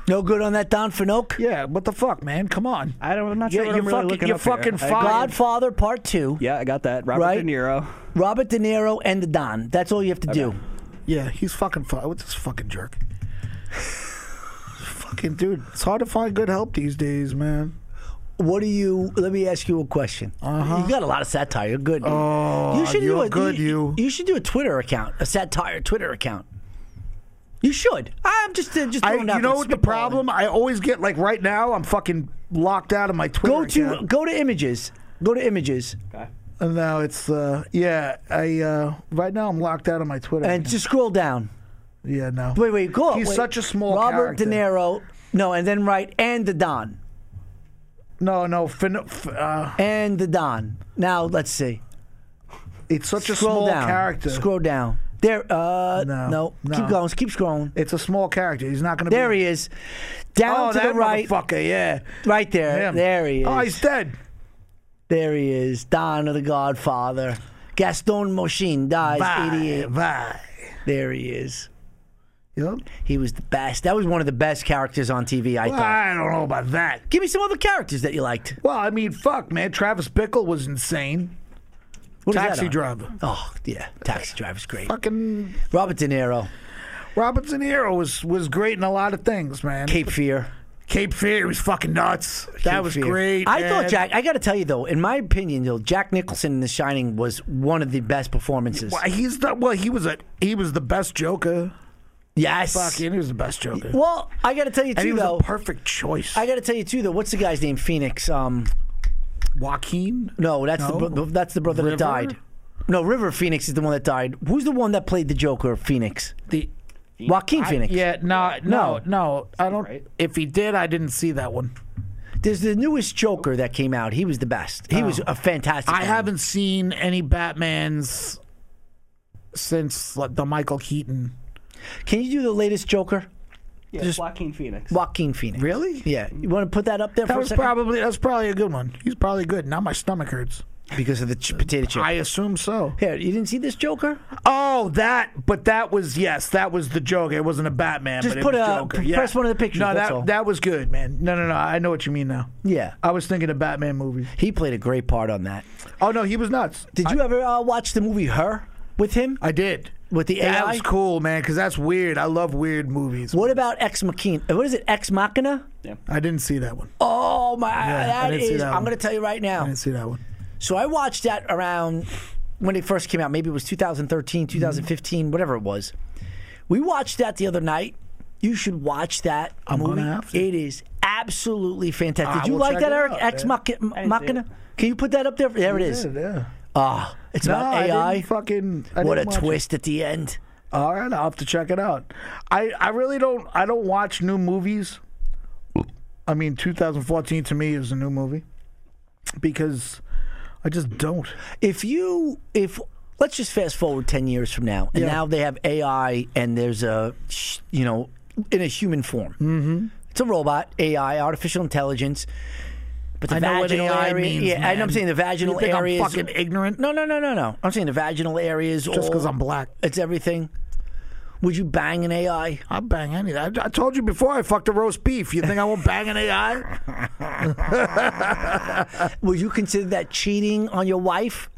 Speaker 1: No good on that Don Finoke.
Speaker 2: yeah. What the fuck, man? Come on.
Speaker 4: I don't, I'm not sure
Speaker 2: Yeah,
Speaker 4: what I'm
Speaker 2: you're
Speaker 4: really
Speaker 2: fucking-
Speaker 4: looking
Speaker 2: you're
Speaker 4: up here.
Speaker 2: fucking
Speaker 4: I-
Speaker 2: fuck-
Speaker 1: Godfather Part Two.
Speaker 4: yeah, I got that. Robert
Speaker 1: Right?
Speaker 4: De Niro.
Speaker 1: Robert De Niro and the Don. That's all you have to do.
Speaker 2: Yeah, he's fucking. Fu- what's this fucking jerk? fucking dude, it's hard to find good help these days, man.
Speaker 1: What do you? Let me ask you a question. You got a lot of satire. You're good.
Speaker 2: Uh-huh. Oh, you're good, you.
Speaker 1: You should do a Twitter account, a satire Twitter account. You should. I'm just uh, just
Speaker 2: I,
Speaker 1: throwing out
Speaker 2: you know
Speaker 1: there,
Speaker 2: what the
Speaker 1: spitballing.
Speaker 2: problem? I always get like right now. I'm fucking locked out of my Twitter.
Speaker 1: Go to
Speaker 2: account.
Speaker 1: go to images. Go to images
Speaker 2: Uh, No, it's uh yeah, I uh right now I'm locked out of my Twitter.
Speaker 1: and
Speaker 2: account.
Speaker 1: just scroll down.
Speaker 2: yeah, no.
Speaker 1: Wait, wait, go. up,
Speaker 2: He's
Speaker 1: wait.
Speaker 2: such a small
Speaker 1: Robert
Speaker 2: character.
Speaker 1: De Niro. No, and then right and the Don
Speaker 2: No, no, fin- f- uh,
Speaker 1: and the Don. Now let's see.
Speaker 2: it's such a
Speaker 1: Scroll
Speaker 2: small
Speaker 1: down.
Speaker 2: character.
Speaker 1: Scroll down. There. Uh, no,
Speaker 2: No,
Speaker 1: Keep
Speaker 2: no.
Speaker 1: going. Keep scrolling.
Speaker 2: It's a small character. He's not going to be
Speaker 1: There he is. Down
Speaker 2: Oh,
Speaker 1: to
Speaker 2: that
Speaker 1: the right.
Speaker 2: motherfucker, yeah.
Speaker 1: Right there.
Speaker 2: Him.
Speaker 1: There he is.
Speaker 2: Oh, he's dead.
Speaker 1: There he is. Don of the Godfather. Gaston Machine dies
Speaker 2: Bye,
Speaker 1: 88.
Speaker 2: bye.
Speaker 1: There he is.
Speaker 2: Yep.
Speaker 1: He was the best. That was one of the best characters on TV, I thought.
Speaker 2: I don't know about that.
Speaker 1: Give me some other characters that you liked.
Speaker 2: Well, I mean, fuck, man. Travis Bickle was insane.
Speaker 1: What is that
Speaker 2: Taxi
Speaker 1: on?
Speaker 2: driver.
Speaker 1: Oh, yeah. Taxi Driver's great.
Speaker 2: Fucking
Speaker 1: Robert De Niro.
Speaker 2: Robert De Niro was was great in a lot of things, man.
Speaker 1: Cape Fear.
Speaker 2: Cape Fear was fucking nuts. that
Speaker 1: Cape
Speaker 2: was
Speaker 1: Fear.
Speaker 2: great.
Speaker 1: I
Speaker 2: man.
Speaker 1: thought Jack, I got to tell you though, in my opinion, though, Jack Nicholson in The Shining was one of the best performances.
Speaker 2: Well, he's the well. He was a he was the best Joker.
Speaker 1: Yes.
Speaker 2: Fucking, he was the best Joker.
Speaker 1: Well, I got to tell you
Speaker 2: and he
Speaker 1: too
Speaker 2: was
Speaker 1: though.
Speaker 2: a perfect choice.
Speaker 1: I got to tell you too though. What's the guy's name? Phoenix. Um,
Speaker 2: Joaquin.
Speaker 1: no, that's the
Speaker 2: No.
Speaker 1: bro- that's the brother
Speaker 2: River?
Speaker 1: that died. No, River Phoenix is the one that died. Who's the one that played the Joker? Phoenix.
Speaker 2: The
Speaker 1: Joaquin Phoenix.
Speaker 2: yeah, no,
Speaker 1: No.
Speaker 2: no, no. I don't.
Speaker 4: Right.
Speaker 2: If he did, I didn't see that one.
Speaker 1: There's the newest Joker that came out. He was the best. He was a fantastic.
Speaker 2: Oh. I
Speaker 1: villain.
Speaker 2: haven't seen any Batman's since like, the Michael Keaton.
Speaker 1: Can you do the latest Joker?
Speaker 4: Yeah,
Speaker 1: Just-
Speaker 4: Joaquin Phoenix.
Speaker 1: Joaquin Phoenix.
Speaker 2: Really?
Speaker 1: Yeah. You want to put that up there
Speaker 2: That
Speaker 1: for a
Speaker 2: was
Speaker 1: second?
Speaker 2: probably that's probably a good one. He's probably good. Now my stomach hurts.
Speaker 1: because of the ch- potato chip.
Speaker 2: I assume so.
Speaker 1: Here, you didn't see this Joker?
Speaker 2: Oh, that! But that was yes, that was the Joker. It wasn't a Batman.
Speaker 1: Just
Speaker 2: but
Speaker 1: put
Speaker 2: it was
Speaker 1: a-
Speaker 2: Joker.
Speaker 1: p-
Speaker 2: yeah.
Speaker 1: press one of the pictures,
Speaker 2: No,
Speaker 1: that's
Speaker 2: that
Speaker 1: all.
Speaker 2: that was good, man. No, no, no. I know what you mean now.
Speaker 1: Yeah.
Speaker 2: I was thinking of Batman movies.
Speaker 1: He played a great part on that.
Speaker 2: Oh no, he was nuts.
Speaker 1: Did you ever uh, watch the movie Her with him?
Speaker 2: I did.
Speaker 1: With the
Speaker 2: That
Speaker 1: AI?
Speaker 2: was cool, man. Because that's weird. I love weird movies.
Speaker 1: What about Ex Machina? uh, What is it? Ex Machina?
Speaker 2: I didn't see that one.
Speaker 1: Oh my!
Speaker 2: I
Speaker 1: that
Speaker 2: didn't see
Speaker 1: is.
Speaker 2: that
Speaker 1: I'm
Speaker 2: one.
Speaker 1: going to tell you right
Speaker 2: I
Speaker 1: now.
Speaker 2: didn't see that one.
Speaker 1: So I watched that around when it first came out. Maybe it was 2013, 2015, whatever it was. We watched that the other night. You should watch that
Speaker 2: I'm
Speaker 1: movie.
Speaker 2: gonna have to.
Speaker 1: It is absolutely fantastic.
Speaker 2: I
Speaker 1: Did you
Speaker 2: will
Speaker 1: like
Speaker 2: check
Speaker 1: that,
Speaker 2: it
Speaker 1: Eric?
Speaker 2: out,
Speaker 1: Ex
Speaker 2: yeah.
Speaker 1: Machi-
Speaker 4: it.
Speaker 1: Machina. Can you put that up there? There it is.
Speaker 2: Yeah.
Speaker 1: Ah, it's
Speaker 2: No,
Speaker 1: about
Speaker 2: I
Speaker 1: AI.
Speaker 2: didn't fucking. I
Speaker 1: what a
Speaker 2: didn't watch it.
Speaker 1: twist at the end.
Speaker 2: All right, I'll have to check it out. I, I really don't I don't watch new movies. I mean, 2014 to me is a new movie because I just don't.
Speaker 1: if you if let's just fast forward 10 years from now and
Speaker 2: Yeah.
Speaker 1: now they have ai and there's a sh- you know in a human form mm-hmm. it's a robot ai artificial intelligence But the
Speaker 2: I know what
Speaker 1: vaginal
Speaker 2: AI
Speaker 1: area,
Speaker 2: means,
Speaker 1: yeah, I know
Speaker 2: man.
Speaker 1: I'm saying the vaginal
Speaker 2: You think I'm
Speaker 1: areas.
Speaker 2: fucking ignorant?
Speaker 1: No, no, no, no, no. I'm saying the vaginal areas.
Speaker 2: Just because I'm black.
Speaker 1: it's everything. Woth you bang an AI?
Speaker 2: I'll bang any. I, I told you before I fucked a roast beef. You think I won't bang an AI?
Speaker 1: Would you consider that cheating on your wife?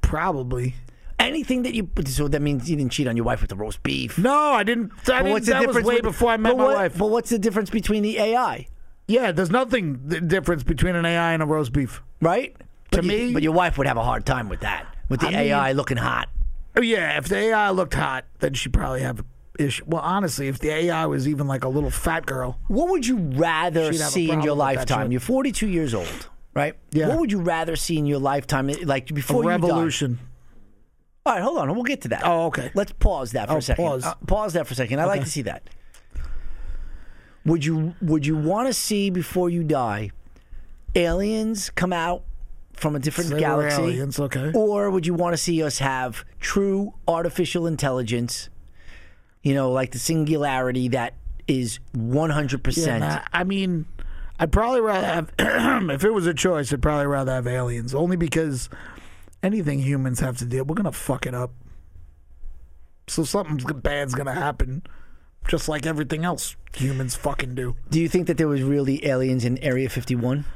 Speaker 2: Probably.
Speaker 1: Anything that you so that means you didn't cheat on your wife with the roast beef.
Speaker 2: No, I didn't. I didn't
Speaker 1: what's the
Speaker 2: that was
Speaker 1: difference
Speaker 2: way
Speaker 1: with-
Speaker 2: before I met
Speaker 1: but
Speaker 2: my
Speaker 1: what-
Speaker 2: wife.
Speaker 1: But what's the difference between the AI,
Speaker 2: yeah, there's nothing th- difference between an AI and a roast beef.
Speaker 1: right? But you-
Speaker 2: me-
Speaker 1: but your wife would have a hard time with that, with the
Speaker 2: I mean-
Speaker 1: AI looking hot.
Speaker 2: Oh, Yeah, if the AI looked hot, then she'd probably have an issue. Well, honestly, if the AI was even like a little fat girl,
Speaker 1: What would you rather
Speaker 2: She'd have a
Speaker 1: see in your
Speaker 2: problem with that
Speaker 1: lifetime?
Speaker 2: shit.
Speaker 1: You're 42 years old, right?
Speaker 2: Yeah.
Speaker 1: What would you rather see in your lifetime, like
Speaker 2: a
Speaker 1: before
Speaker 2: revolution.
Speaker 1: you die? All right, hold on. We'll get to that.
Speaker 2: Oh, okay.
Speaker 1: Let's pause that for
Speaker 2: Oh,
Speaker 1: a second.
Speaker 2: pause.
Speaker 1: Uh, pause that for a second. I'd like to see that. Would you Would you want to see before you die aliens come out from a different
Speaker 2: They were
Speaker 1: galaxy?
Speaker 2: aliens, okay.
Speaker 1: Or would you want to see us have true artificial intelligence? You know, like the singularity that is 100%.
Speaker 2: Yeah, nah, I mean, I'd probably rather have, if it was a choice, I'd probably rather have aliens, only because anything humans have to deal, we're gonna fuck it up. So something bad's gonna happen, just like everything else humans fucking do.
Speaker 1: Do you think that there was really aliens in Area 51?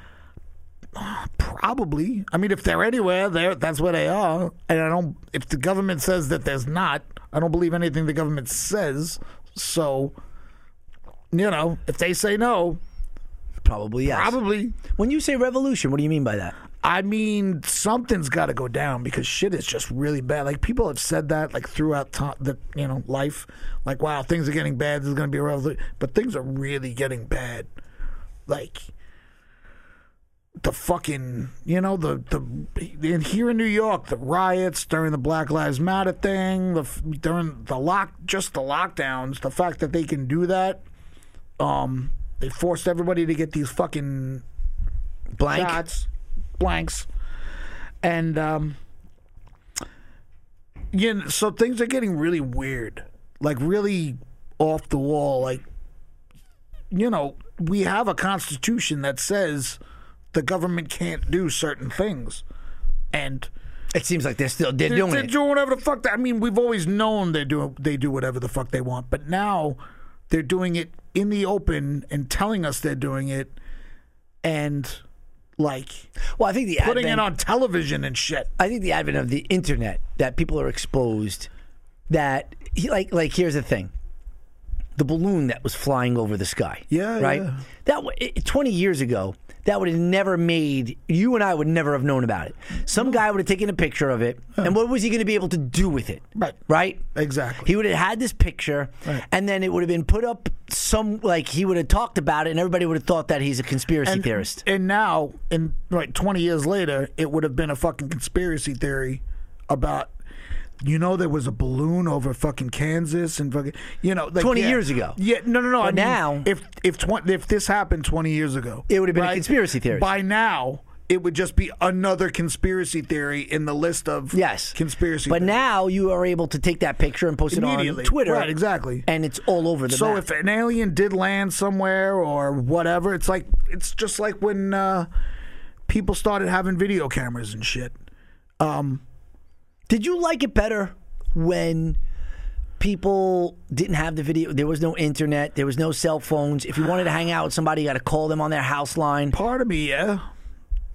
Speaker 2: Probably. I mean, if they're anywhere, there that's where they are. And I don't. If the government says that there's not, I don't believe anything the government says. So, you know, if they say no,
Speaker 1: Probably, yes.
Speaker 2: probably.
Speaker 1: When you say revolution, what do you mean by that?
Speaker 2: I mean, something's got to go down because shit is just really bad. Like people have said that like throughout time, the you know life, like wow, things are getting bad. There's going to be a revolution, but things are really getting bad. Like the fucking you know the the in here in New York, the riots during the Black Lives Matter thing, the f- during the lock, just the lockdowns. The fact that they can do that, um, they forced everybody to get these fucking
Speaker 1: Blank?
Speaker 2: shots, blanks, and um, you know, so things are getting really weird, like really off the wall. Like, you know, we have a constitution that says the government can't do certain things, and
Speaker 1: It seems like they're still they're
Speaker 2: they-
Speaker 1: doing
Speaker 2: they're
Speaker 1: it.
Speaker 2: doing whatever the fuck. They, I mean, we've always known they do they do whatever the fuck they want, but now they're doing it in the open and telling us they're doing it, and like
Speaker 1: well, I think the
Speaker 2: putting
Speaker 1: advent,
Speaker 2: it on television and shit.
Speaker 1: I think the advent of the internet that people are exposed. That he- like like here's the thing. The balloon that was flying over the sky.
Speaker 2: Yeah,
Speaker 1: Right.
Speaker 2: yeah.
Speaker 1: That w- it- 20 years ago, that would have never made you and I would never have known about it. Some guy would have taken a picture of it, and what was he going to be able to do with it?
Speaker 2: Right.
Speaker 1: Right.
Speaker 2: Exactly.
Speaker 1: He would have had this picture, and then it would have been put up some like he would have talked about it, and everybody would have thought that he's a conspiracy
Speaker 2: and,
Speaker 1: theorist.
Speaker 2: And now, in right, twenty years later, it would have been a fucking conspiracy theory about. You know there was a balloon over fucking Kansas and fucking you know like,
Speaker 1: 20
Speaker 2: yeah.
Speaker 1: years ago.
Speaker 2: Yeah, no, no, no. I
Speaker 1: But
Speaker 2: mean,
Speaker 1: now-
Speaker 2: if if twen- if this happened twenty years ago,
Speaker 1: It would have been a conspiracy theory.
Speaker 2: By now, it would just be another conspiracy theory in the list of
Speaker 1: Yes,
Speaker 2: conspiracy.
Speaker 1: But
Speaker 2: theories.
Speaker 1: now you are able to take that picture and post it on
Speaker 2: Immediately.
Speaker 1: Twitter,
Speaker 2: Right, exactly.
Speaker 1: and it's all over the
Speaker 2: so
Speaker 1: map.
Speaker 2: if an alien did land somewhere or whatever, it's like it's just like when uh, people started having video cameras and shit.
Speaker 1: Did you like it better when? People didn't have the video. There was no internet. There was no cell phones. If you wanted to hang out with somebody, you got to call them on their house line.
Speaker 2: Part of me, yeah,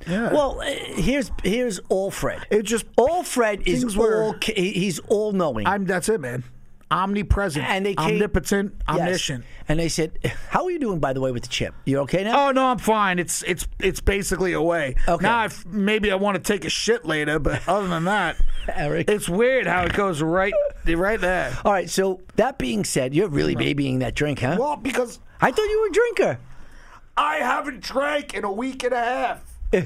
Speaker 2: yeah.
Speaker 1: Well, eh, here's here's Alfred.
Speaker 2: it just
Speaker 1: Alfred is
Speaker 2: Things were-
Speaker 1: all. ca- he- He's all knowing.
Speaker 2: I'm that's it, man. Omnipresent,
Speaker 1: And they came-
Speaker 2: omnipotent,
Speaker 1: Yes.
Speaker 2: omniscient.
Speaker 1: And they said, "How are you doing, by the way, with the chip? You okay now?"
Speaker 2: Oh no, I'm fine. It's it's it's basically away.
Speaker 1: Okay.
Speaker 2: Now I've, maybe I want to take a shit later, but other than that,
Speaker 1: Eric.
Speaker 2: it's weird how it goes right right there.
Speaker 1: All right. So that being said, you're really babying that drink, huh?
Speaker 2: Well, because
Speaker 1: I thought you were a drinker.
Speaker 2: I haven't drank in a week and a half.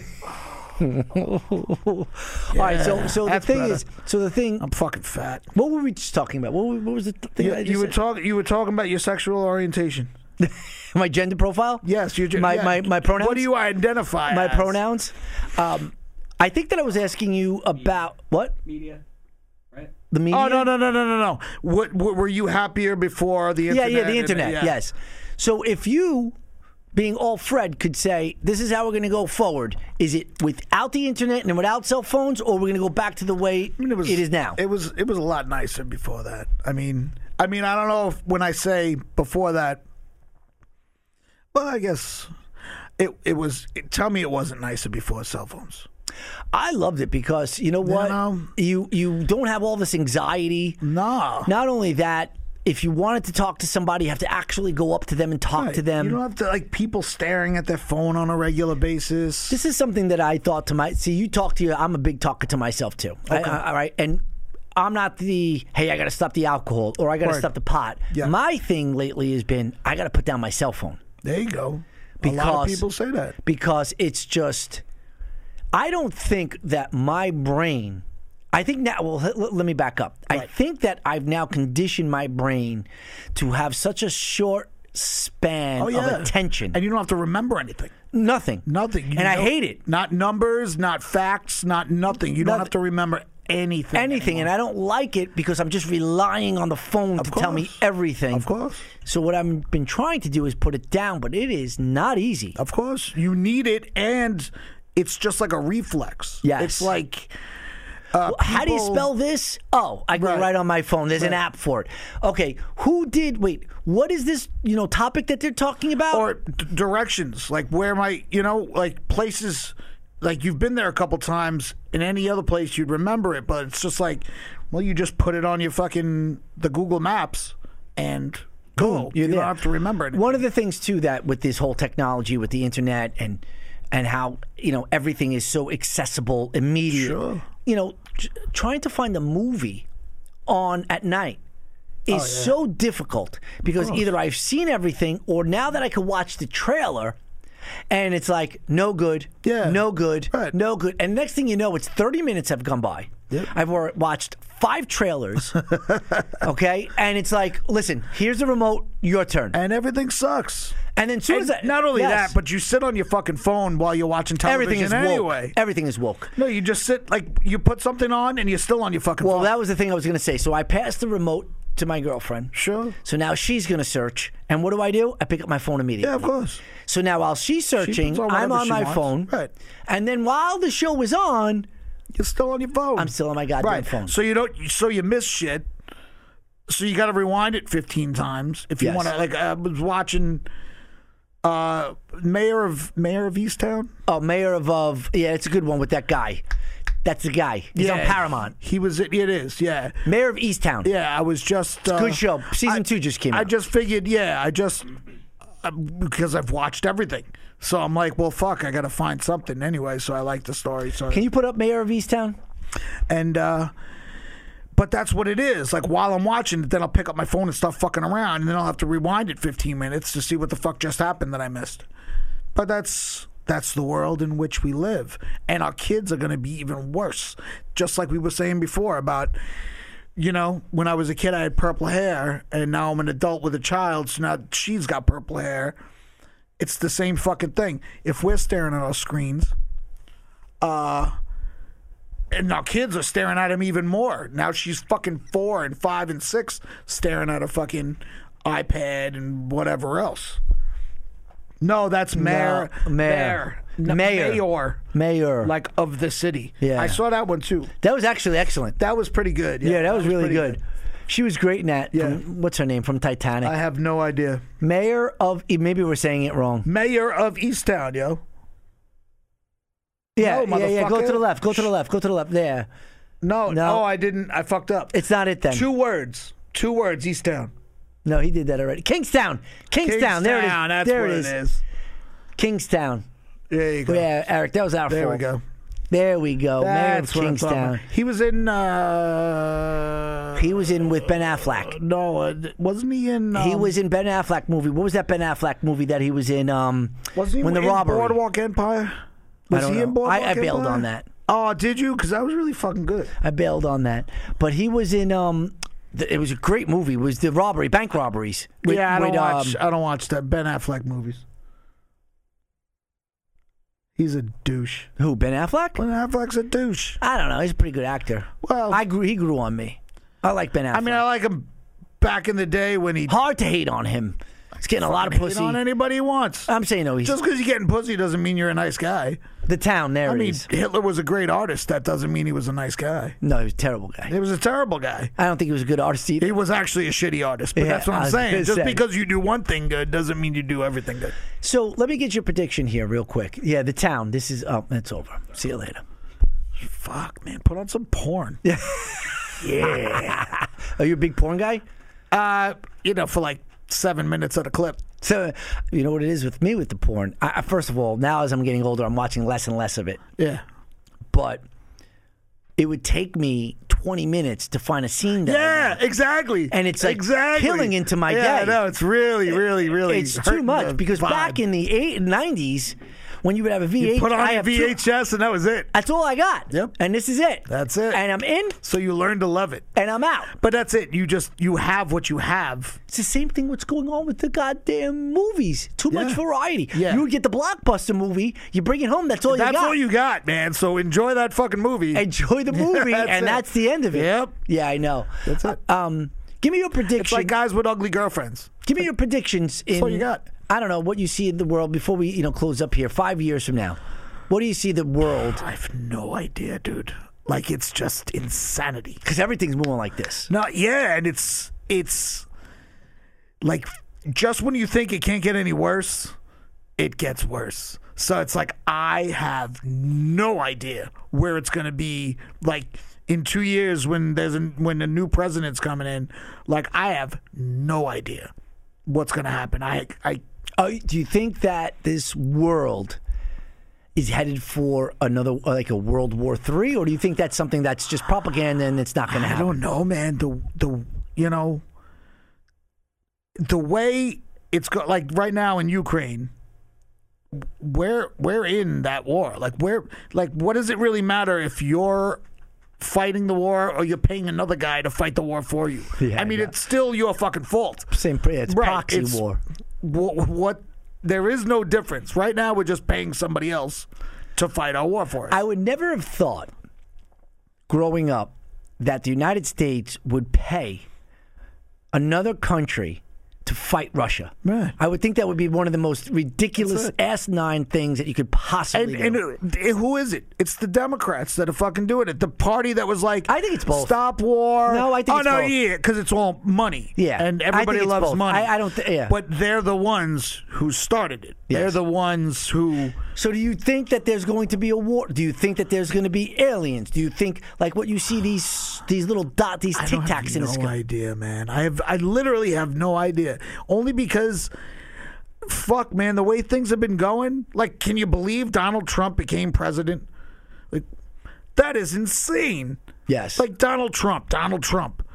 Speaker 1: All right. So, so the
Speaker 2: that's
Speaker 1: thing
Speaker 2: better.
Speaker 1: is, so the thing.
Speaker 2: I'm fucking fat.
Speaker 1: What were we just talking about? What, were- what was the th- thing?
Speaker 2: You,
Speaker 1: that I just
Speaker 2: you were
Speaker 1: said?
Speaker 2: talking. You were talking about your sexual orientation.
Speaker 1: my gender profile.
Speaker 2: Yes, you.
Speaker 1: My- my- my pronouns?
Speaker 2: What do you identify?
Speaker 1: My
Speaker 2: as?
Speaker 1: pronouns. Um, I think that I was asking you about what
Speaker 4: Media, right?
Speaker 1: the media.
Speaker 2: Oh no no no no no no. What, what were you happier before the
Speaker 1: Yeah,
Speaker 2: internet?
Speaker 1: yeah, the
Speaker 2: and-
Speaker 1: internet. Yes. So if you being all Fred could say, this is how we're going to go forward. Is it without the internet and without cell phones, or we're going to go back to the way
Speaker 2: I mean, it was-
Speaker 1: it is now?
Speaker 2: It was it was a lot nicer before that. I mean, I mean, I don't know if when I say before that. Well, I guess it it was. It, tell me it wasn't nicer before cell phones.
Speaker 1: I loved it because you know what?
Speaker 2: know?
Speaker 1: You you don't have all this anxiety.
Speaker 2: No.
Speaker 1: Not only that, if you wanted to talk to somebody, you have to actually go up to them and talk to them.
Speaker 2: You don't have to like people staring at their phone on a regular basis.
Speaker 1: this is something that I thought to my see. You talk to you. I'm a big talker to myself too. I- I- all right, and I'm not the hey. I got to stop the alcohol or I got to
Speaker 2: Word.
Speaker 1: stop the pot.
Speaker 2: Yeah.
Speaker 1: My thing lately has been I got to put down my cell phone
Speaker 2: there you go. a lot
Speaker 1: Because-
Speaker 2: of people say that.
Speaker 1: because it's just. I don't think that my brain. I think now. Well, let, let me back up. I think that I've now conditioned my brain to have such a short span
Speaker 2: Oh yeah,
Speaker 1: of attention.
Speaker 2: and you don't have to remember anything.
Speaker 1: Nothing.
Speaker 2: Nothing. You
Speaker 1: and I
Speaker 2: know-
Speaker 1: hate it.
Speaker 2: Not numbers, not facts, not nothing. You don't have to remember anything.
Speaker 1: Anything. And I don't like it because I'm just relying on the phone to tell me
Speaker 2: course.
Speaker 1: everything.
Speaker 2: Of course.
Speaker 1: So what I've been trying to do is put it down, but it is not easy.
Speaker 2: Of course, you need it, and it's just like a reflex.
Speaker 1: Yes.
Speaker 2: it's like uh,
Speaker 1: How do you
Speaker 2: people-
Speaker 1: spell this? Oh, I go right,
Speaker 2: Right.
Speaker 1: on my phone. There's an app for it. Okay, who did? Wait, what is this? You know, topic that they're talking about?
Speaker 2: or d- directions. Like where am I? You know, like places. Like you've been there a couple times. In any other place, you'd remember it, but it's just like, well, you just put it on your fucking the Google Maps and go.
Speaker 1: you're
Speaker 2: you
Speaker 1: there.
Speaker 2: don't have to remember it.
Speaker 1: One of the things too that with this whole technology, with the internet, and and how you know everything is so accessible, immediate.
Speaker 2: Sure.
Speaker 1: You know, tr- trying to find a movie on at night
Speaker 2: Oh,
Speaker 1: is so difficult because either I've seen everything, or now that I can watch the trailer. And it's like no good,
Speaker 2: Yeah.
Speaker 1: no good,
Speaker 2: Right.
Speaker 1: no good. And next thing you know, it's thirty minutes have gone by. I've wa- watched five trailers, okay, and it's like, listen, here's the remote, your turn.
Speaker 2: and everything sucks.
Speaker 1: And then soon as
Speaker 2: And
Speaker 1: I,
Speaker 2: not only
Speaker 1: yes,
Speaker 2: that, but you sit on your fucking phone while you're watching
Speaker 1: everything
Speaker 2: television
Speaker 1: is
Speaker 2: anyway.
Speaker 1: woke. Everything is woke.
Speaker 2: No, you just sit like you put something on and you're still on your fucking
Speaker 1: Well,
Speaker 2: phone.
Speaker 1: that was the thing I was going to say. So I passed the remote to my girlfriend.
Speaker 2: Sure.
Speaker 1: So now she's going to search, and what do I do? I pick up my phone immediately.
Speaker 2: yeah, of course.
Speaker 1: So now while she's searching,
Speaker 2: puts on
Speaker 1: I'm
Speaker 2: whatever
Speaker 1: on
Speaker 2: she
Speaker 1: my
Speaker 2: wants.
Speaker 1: phone.
Speaker 2: Right.
Speaker 1: And then while the show was on,
Speaker 2: You're still on your phone.
Speaker 1: I'm still on my goddamn
Speaker 2: right.
Speaker 1: phone.
Speaker 2: So you don't. So you miss shit. So you got to rewind it 15 times if you
Speaker 1: Yes.
Speaker 2: want to. Like I was watching, uh, mayor of mayor of Easttown.
Speaker 1: oh, mayor of of yeah, it's a good one with that guy. That's the guy. He's on Paramount.
Speaker 2: He was. It is. Yeah.
Speaker 1: Mayor of Easttown.
Speaker 2: Yeah. I was just. uh,
Speaker 1: Good show. Season
Speaker 2: I-
Speaker 1: two just came
Speaker 2: I
Speaker 1: out.
Speaker 2: just figured. Yeah. I just uh, because I've watched everything. So I'm like, well, fuck. I got to find something anyway. So I like the story. So
Speaker 1: Can you put up Mayor of Easttown?
Speaker 2: and uh but that's what it is. Like while I'm watching it, then I'll pick up my phone and start fucking around, and then I'll have to rewind it 15 minutes to see what the fuck just happened that I missed. But that's that's the world in which we live, and our kids are going to be even worse. Just like we were saying before about, you know, when I was a kid, I had purple hair, and now I'm an adult with a child, so now she's got purple hair. It's the same fucking thing. If we're staring at our screens, uh, and now kids are staring at him even more. Now she's fucking four and five and six staring at a fucking iPad and whatever else. No, that's mayor.
Speaker 1: No, mayor.
Speaker 2: No,
Speaker 1: Mayor.
Speaker 2: Mayor.
Speaker 1: Mayor.
Speaker 2: Like of the city.
Speaker 1: Yeah.
Speaker 2: I saw that one too.
Speaker 1: that was actually excellent.
Speaker 2: That was pretty good. Yeah,
Speaker 1: Yeah, that was really
Speaker 2: pretty
Speaker 1: good. She was great in that.
Speaker 2: Yeah.
Speaker 1: From, what's her name from Titanic?
Speaker 2: I have no idea.
Speaker 1: Mayor of e, maybe we're saying it wrong.
Speaker 2: Mayor of Easttown, yo.
Speaker 1: Yeah,
Speaker 2: No,
Speaker 1: yeah, yeah. Go to the
Speaker 2: motherfucker.
Speaker 1: left. Go to the left. Go to the left. There.
Speaker 2: No,
Speaker 1: No.
Speaker 2: no, I didn't. I fucked up.
Speaker 1: It's not it then.
Speaker 2: Two words. Two words, Easttown.
Speaker 1: No, he did that already. Kingstown. Kingstown. there it is.
Speaker 2: Kingstown, That's
Speaker 1: there
Speaker 2: what
Speaker 1: it is.
Speaker 2: it is.
Speaker 1: Kingstown.
Speaker 2: There you go.
Speaker 1: Yeah, Eric, that was our
Speaker 2: there we
Speaker 1: fault.
Speaker 2: go.
Speaker 1: There we go.
Speaker 2: That's
Speaker 1: Mayor
Speaker 2: what
Speaker 1: of
Speaker 2: I'm talking
Speaker 1: Kingstown.
Speaker 2: about. He was in. Uh,
Speaker 1: He was in with Ben Affleck.
Speaker 2: no, uh, wasn't he in? Um,
Speaker 1: he was in Ben Affleck movie. What was that Ben Affleck movie that he was in? Um,
Speaker 2: Wasn't he
Speaker 1: when the
Speaker 2: in
Speaker 1: robbery.
Speaker 2: Boardwalk Empire?
Speaker 1: I
Speaker 2: Was
Speaker 1: don't
Speaker 2: he in
Speaker 1: know. I,
Speaker 2: Boardwalk
Speaker 1: I bailed
Speaker 2: Empire?
Speaker 1: on that.
Speaker 2: Oh, did you? Because that was really fucking good.
Speaker 1: I bailed on that. But he was in. Um, th- it was a great movie. It was the robbery, bank robberies. with-
Speaker 2: yeah, I don't
Speaker 1: with, um,
Speaker 2: watch. I don't watch that Ben Affleck movies. He's a douche.
Speaker 1: Who? Ben Affleck?
Speaker 2: Ben Affleck's a douche.
Speaker 1: I don't know. He's a pretty good actor.
Speaker 2: Well,
Speaker 1: I
Speaker 2: I,
Speaker 1: grew. He grew on me. I like Ben Affleck.
Speaker 2: mean, I like him back in the day when he.
Speaker 1: hard to hate on him. He's getting a lot of
Speaker 2: Hit
Speaker 1: pussy.
Speaker 2: on anybody he wants.
Speaker 1: I'm saying no. He's
Speaker 2: Just because you're getting pussy doesn't mean you're a nice guy.
Speaker 1: the town. There
Speaker 2: I
Speaker 1: it
Speaker 2: mean,
Speaker 1: is.
Speaker 2: Hitler was a great artist. That doesn't mean he was a nice guy.
Speaker 1: No, he was a terrible guy.
Speaker 2: He was a terrible guy.
Speaker 1: I don't think he was a good artist either.
Speaker 2: He was actually a shitty artist, but
Speaker 1: Yeah,
Speaker 2: that's what
Speaker 1: I
Speaker 2: I'm
Speaker 1: was
Speaker 2: saying.
Speaker 1: gonna
Speaker 2: Just
Speaker 1: say.
Speaker 2: because you do one thing good doesn't mean you do everything good.
Speaker 1: So let me get your prediction here, real quick. Yeah, the town. This is. Oh, it's over. See you later.
Speaker 2: Fuck, man. Put on some porn.
Speaker 1: Are you a big porn guy?
Speaker 2: Uh, you know, for like seven minutes at a clip.
Speaker 1: So you know what it is with me with the porn. I, I- first of all, now as I'm getting older, I'm watching less and less of it.
Speaker 2: Yeah.
Speaker 1: But it would take me 20 minutes to find a scene. That I
Speaker 2: Yeah,
Speaker 1: like.
Speaker 2: exactly.
Speaker 1: And it's, like,
Speaker 2: exactly.
Speaker 1: killing into my
Speaker 2: yeah,
Speaker 1: day.
Speaker 2: no, it's really, really, really.
Speaker 1: it's too
Speaker 2: hurting the
Speaker 1: much because back
Speaker 2: vibe.
Speaker 1: in the eight, 90s, when you would have a VH,
Speaker 2: you put on
Speaker 1: I
Speaker 2: your
Speaker 1: have two-
Speaker 2: VHS and that was it.
Speaker 1: that's all I got.
Speaker 2: Yep.
Speaker 1: And this is it.
Speaker 2: That's it.
Speaker 1: And I'm in
Speaker 2: So you learn to love it.
Speaker 1: and I'm out.
Speaker 2: But that's it. You just you have what you have.
Speaker 1: It's the same thing what's going on with the goddamn movies. Too much
Speaker 2: Yeah.
Speaker 1: variety.
Speaker 2: Yeah.
Speaker 1: You get the blockbuster movie, you bring it home, that's all you
Speaker 2: That's
Speaker 1: got.
Speaker 2: all you got, man. So enjoy that fucking movie.
Speaker 1: Enjoy the movie,
Speaker 2: that's
Speaker 1: and
Speaker 2: it.
Speaker 1: that's the end of it.
Speaker 2: Yep.
Speaker 1: Yeah, I know.
Speaker 2: That's it.
Speaker 1: Um, give me your
Speaker 2: it's
Speaker 1: prediction.
Speaker 2: like guys with ugly girlfriends.
Speaker 1: give me your predictions. In,
Speaker 2: all you got.
Speaker 1: I don't know what you see in the world before we you know close up here. Five years from now, what do you see the world?
Speaker 2: I have no idea, dude. Like it's just insanity.
Speaker 1: Because everything's moving like this.
Speaker 2: No, yeah, and it's it's like just when you think it can't get any worse, it gets worse. So it's like I have no idea where it's going to be like in 2 years when there's a, when a new president's coming in, like I have no idea what's going to happen. I I
Speaker 1: Uh, do you think that this world is headed for another like a World War Three, or do you think that's something that's just propaganda and it's not going to
Speaker 2: I
Speaker 1: happen?
Speaker 2: don't know, man. The the you know the way it's go like right now in Ukraine, we're we're in that war. Like where like what does it really matter if you're fighting the war or you're paying another guy to fight the war for you?
Speaker 1: Yeah,
Speaker 2: I mean,
Speaker 1: yeah.
Speaker 2: it's still your fucking fault.
Speaker 1: Same, pr- it's
Speaker 2: Right,
Speaker 1: proxy
Speaker 2: it's-
Speaker 1: war.
Speaker 2: What, what there is no difference. Right now we're just paying somebody else to fight our war for us.
Speaker 1: I would never have thought growing up that the United States would pay another country to fight Russia.
Speaker 2: Right.
Speaker 1: I would think that would be one of the most ridiculous asinine things that you could possibly
Speaker 2: And, and
Speaker 1: do.
Speaker 2: it- who is it? It's the Democrats that are fucking doing it. The party that was like,
Speaker 1: I think it's both.
Speaker 2: Stop war.
Speaker 1: No, I think
Speaker 2: oh
Speaker 1: it's
Speaker 2: no,
Speaker 1: both.
Speaker 2: yeah, because it's all money.
Speaker 1: Yeah,
Speaker 2: and
Speaker 1: I
Speaker 2: everybody
Speaker 1: think it's
Speaker 2: loves
Speaker 1: both.
Speaker 2: money.
Speaker 1: I- I don't thi- yeah.
Speaker 2: but they're the ones who started it. They're
Speaker 1: Yes.
Speaker 2: the ones who.
Speaker 1: so do you think that there's going to be a war? Do you think that there's going to be aliens? Do you think like what you see these these little dot these
Speaker 2: I
Speaker 1: tic
Speaker 2: don't have
Speaker 1: tacs in the
Speaker 2: no
Speaker 1: sky?
Speaker 2: idea, man. I have. I literally have no idea. Only because. Fuck, man, the way things have been going, like, can you believe Donald Trump became president? Like, that is insane.
Speaker 1: Yes.
Speaker 2: like Donald Trump, Donald Trump.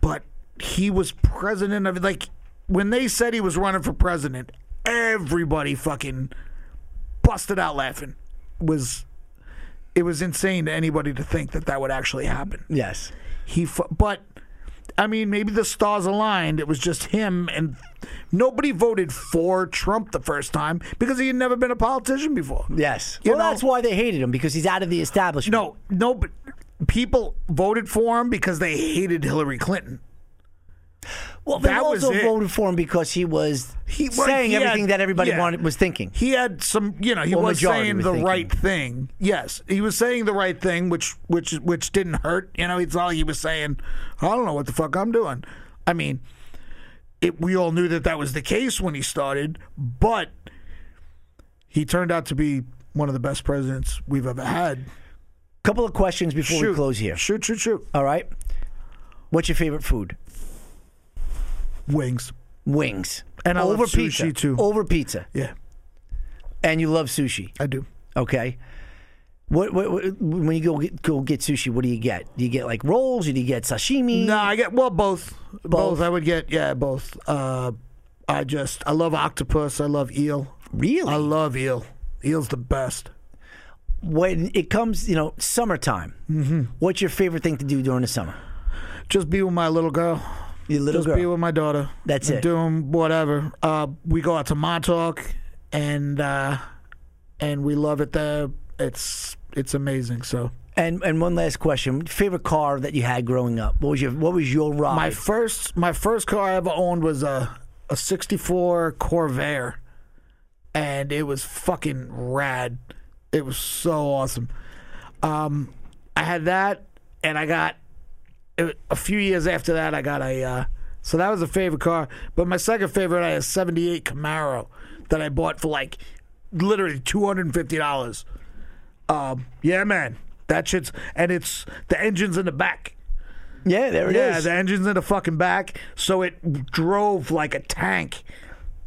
Speaker 2: But he was president of like when they said he was running for president, everybody fucking busted out laughing. Was it was insane to anybody to think that that would actually happen.
Speaker 1: yes.
Speaker 2: He fu- but I mean maybe the stars aligned. It was just him and nobody voted for Trump the first time because he had never been a politician before.
Speaker 1: Yes.
Speaker 2: You
Speaker 1: well,
Speaker 2: know-
Speaker 1: that's why they hated him because he's out of the establishment.
Speaker 2: No, no, but people voted for him because they hated Hillary Clinton.
Speaker 1: Well, they
Speaker 2: That was
Speaker 1: also
Speaker 2: it.
Speaker 1: voted for him because he was
Speaker 2: He- well,
Speaker 1: saying
Speaker 2: he had-
Speaker 1: everything that everybody
Speaker 2: yeah.
Speaker 1: wanted was thinking.
Speaker 2: He had some, you know, he
Speaker 1: Well,
Speaker 2: was
Speaker 1: majority
Speaker 2: saying
Speaker 1: was
Speaker 2: the
Speaker 1: thinking.
Speaker 2: right thing. Yes, he was saying the right thing, which which which didn't hurt. You know, it's all he was saying. I don't know what the fuck I'm doing. I mean, it, we all knew that that was the case when he started, but he turned out to be one of the best presidents we've ever had.
Speaker 1: Couple of questions before we
Speaker 2: Shoot.
Speaker 1: close here.
Speaker 2: Shoot, shoot, shoot.
Speaker 1: All right. What's your favorite food?
Speaker 2: Wings.
Speaker 1: Wings.
Speaker 2: And I
Speaker 1: over
Speaker 2: love sushi,
Speaker 1: pizza.
Speaker 2: too.
Speaker 1: Over pizza.
Speaker 2: Yeah,
Speaker 1: And you love sushi.
Speaker 2: I do.
Speaker 1: Okay. What, what, what when you go get, go get sushi? What do you get? Do you get like rolls? Or do you get sashimi?
Speaker 2: No, I get well both. both.
Speaker 1: Both.
Speaker 2: I would get yeah, both. Uh I just I love octopus, I love eel.
Speaker 1: Really?
Speaker 2: I love eel. Eel's the best.
Speaker 1: When it comes, you know, summertime.
Speaker 2: Mm-hmm.
Speaker 1: What's your favorite thing to do during the summer?
Speaker 2: Just be with my little girl.
Speaker 1: Your little
Speaker 2: just be
Speaker 1: girl.
Speaker 2: with my daughter.
Speaker 1: That's
Speaker 2: And
Speaker 1: it.
Speaker 2: Doing whatever. Uh we go out to Montauk and uh and we love it there. It's it's amazing. So
Speaker 1: and and one last question. Favorite car that you had growing up? What was your What was your ride?
Speaker 2: my first my first car I ever owned was a a 64 Corvair and it was fucking rad. It was so awesome. Um, I had that and I got a few years after that I got a uh, so that was a favorite car, but my second favorite I had a 78 Camaro that I bought for like literally $250. Um, yeah, man. That shit's and it's the engine's in the back.
Speaker 1: Yeah, there it is.
Speaker 2: yeah, the engine's in the fucking back, so it drove like a tank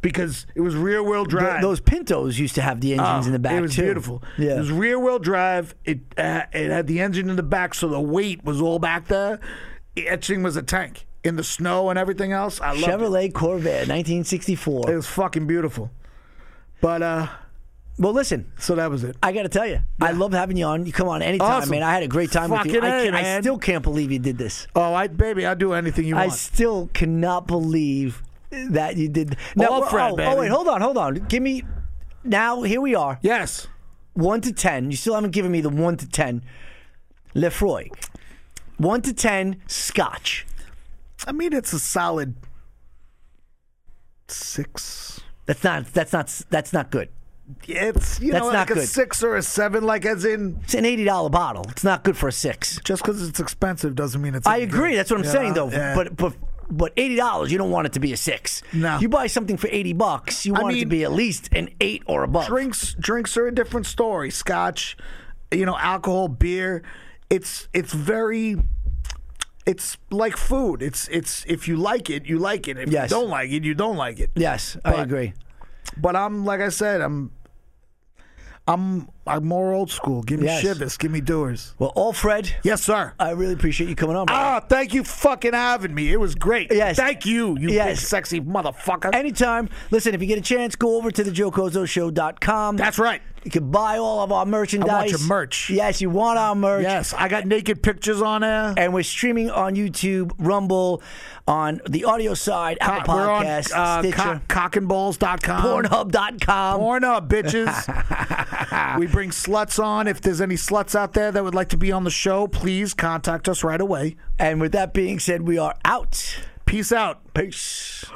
Speaker 2: because it was rear wheel
Speaker 1: Th-
Speaker 2: drive.
Speaker 1: Those Pintos used to have the engines
Speaker 2: Oh,
Speaker 1: in the back
Speaker 2: It was
Speaker 1: too.
Speaker 2: beautiful.
Speaker 1: Yeah.
Speaker 2: It was rear wheel drive. It uh, it had the engine in the back, so the weight was all back there. That thing was a tank in the snow and everything else. I loved it.
Speaker 1: Chevrolet Corvette,
Speaker 2: It
Speaker 1: 1964.
Speaker 2: was fucking beautiful. But uh,
Speaker 1: Well, listen,
Speaker 2: so that was it.
Speaker 1: I got to tell you, I love having you on. You come on anytime,
Speaker 2: Awesome.
Speaker 1: man. I had a great time with you.
Speaker 2: Fucking
Speaker 1: I,
Speaker 2: A,
Speaker 1: can't- I
Speaker 2: man.
Speaker 1: still can't believe you did this.
Speaker 2: Oh, I baby, I'll do anything you
Speaker 1: I
Speaker 2: want.
Speaker 1: still cannot believe that you did. Now,
Speaker 2: All
Speaker 1: oh,
Speaker 2: Fred,
Speaker 1: oh,
Speaker 2: baby.
Speaker 1: wait, hold on, hold on. Give me. Now here we are,
Speaker 2: yes,
Speaker 1: one to ten. You still haven't given me the one to ten. Lefroy, one to ten. Scotch.
Speaker 2: I mean it's a solid six.
Speaker 1: That's not. That's not. That's not good.
Speaker 2: It's you
Speaker 1: That's
Speaker 2: know
Speaker 1: not
Speaker 2: like a
Speaker 1: good.
Speaker 2: six or a seven, like as in
Speaker 1: It's an eighty dollar bottle. It's not good for a six.
Speaker 2: just because it's expensive doesn't mean it's.
Speaker 1: I
Speaker 2: any good.
Speaker 1: agree. That's what I'm
Speaker 2: Yeah,
Speaker 1: saying, though.
Speaker 2: yeah.
Speaker 1: But but but eighty dollars, you don't want it to be a six.
Speaker 2: No.
Speaker 1: You buy something for eighty bucks, you
Speaker 2: I
Speaker 1: want it to
Speaker 2: mean-
Speaker 1: be at least an eight or above.
Speaker 2: drinks drinks are a different story. Scotch, you know, alcohol, beer. It's it's very it's like food. It's it's if you like it, you like it. If
Speaker 1: Yes.
Speaker 2: you don't like it, you don't like it.
Speaker 1: Yes, I
Speaker 2: But-
Speaker 1: agree.
Speaker 2: But I'm like I said, I'm I'm I'm more old school. Give me
Speaker 1: Yes.
Speaker 2: shivers, give me doers.
Speaker 1: Well, all Fred,
Speaker 2: Yes, sir.
Speaker 1: I really appreciate you coming on. brother.
Speaker 2: Ah, thank you fucking having me. It was great.
Speaker 1: Yes.
Speaker 2: Thank you, you big
Speaker 1: Yes.
Speaker 2: sexy motherfucker.
Speaker 1: Anytime. Listen, if you get a chance, go over to the JoeCozoshow.com.
Speaker 2: That's right.
Speaker 1: You can buy all of our merchandise.
Speaker 2: your merch.
Speaker 1: Yes, you want our merch.
Speaker 2: Yes, I got naked pictures on there.
Speaker 1: And we're streaming on YouTube, Rumble, on the audio side, Apple
Speaker 2: We're on
Speaker 1: Podcasts,
Speaker 2: uh, um,
Speaker 1: Stitcher,
Speaker 2: cock, cockandballs.com.
Speaker 1: Pornhub.com.
Speaker 2: Porn up, bitches. we bring sluts on. If there's any sluts out there that would like to be on the show, please contact us right away.
Speaker 1: And with that being said, we are out.
Speaker 2: Peace out.
Speaker 1: Peace.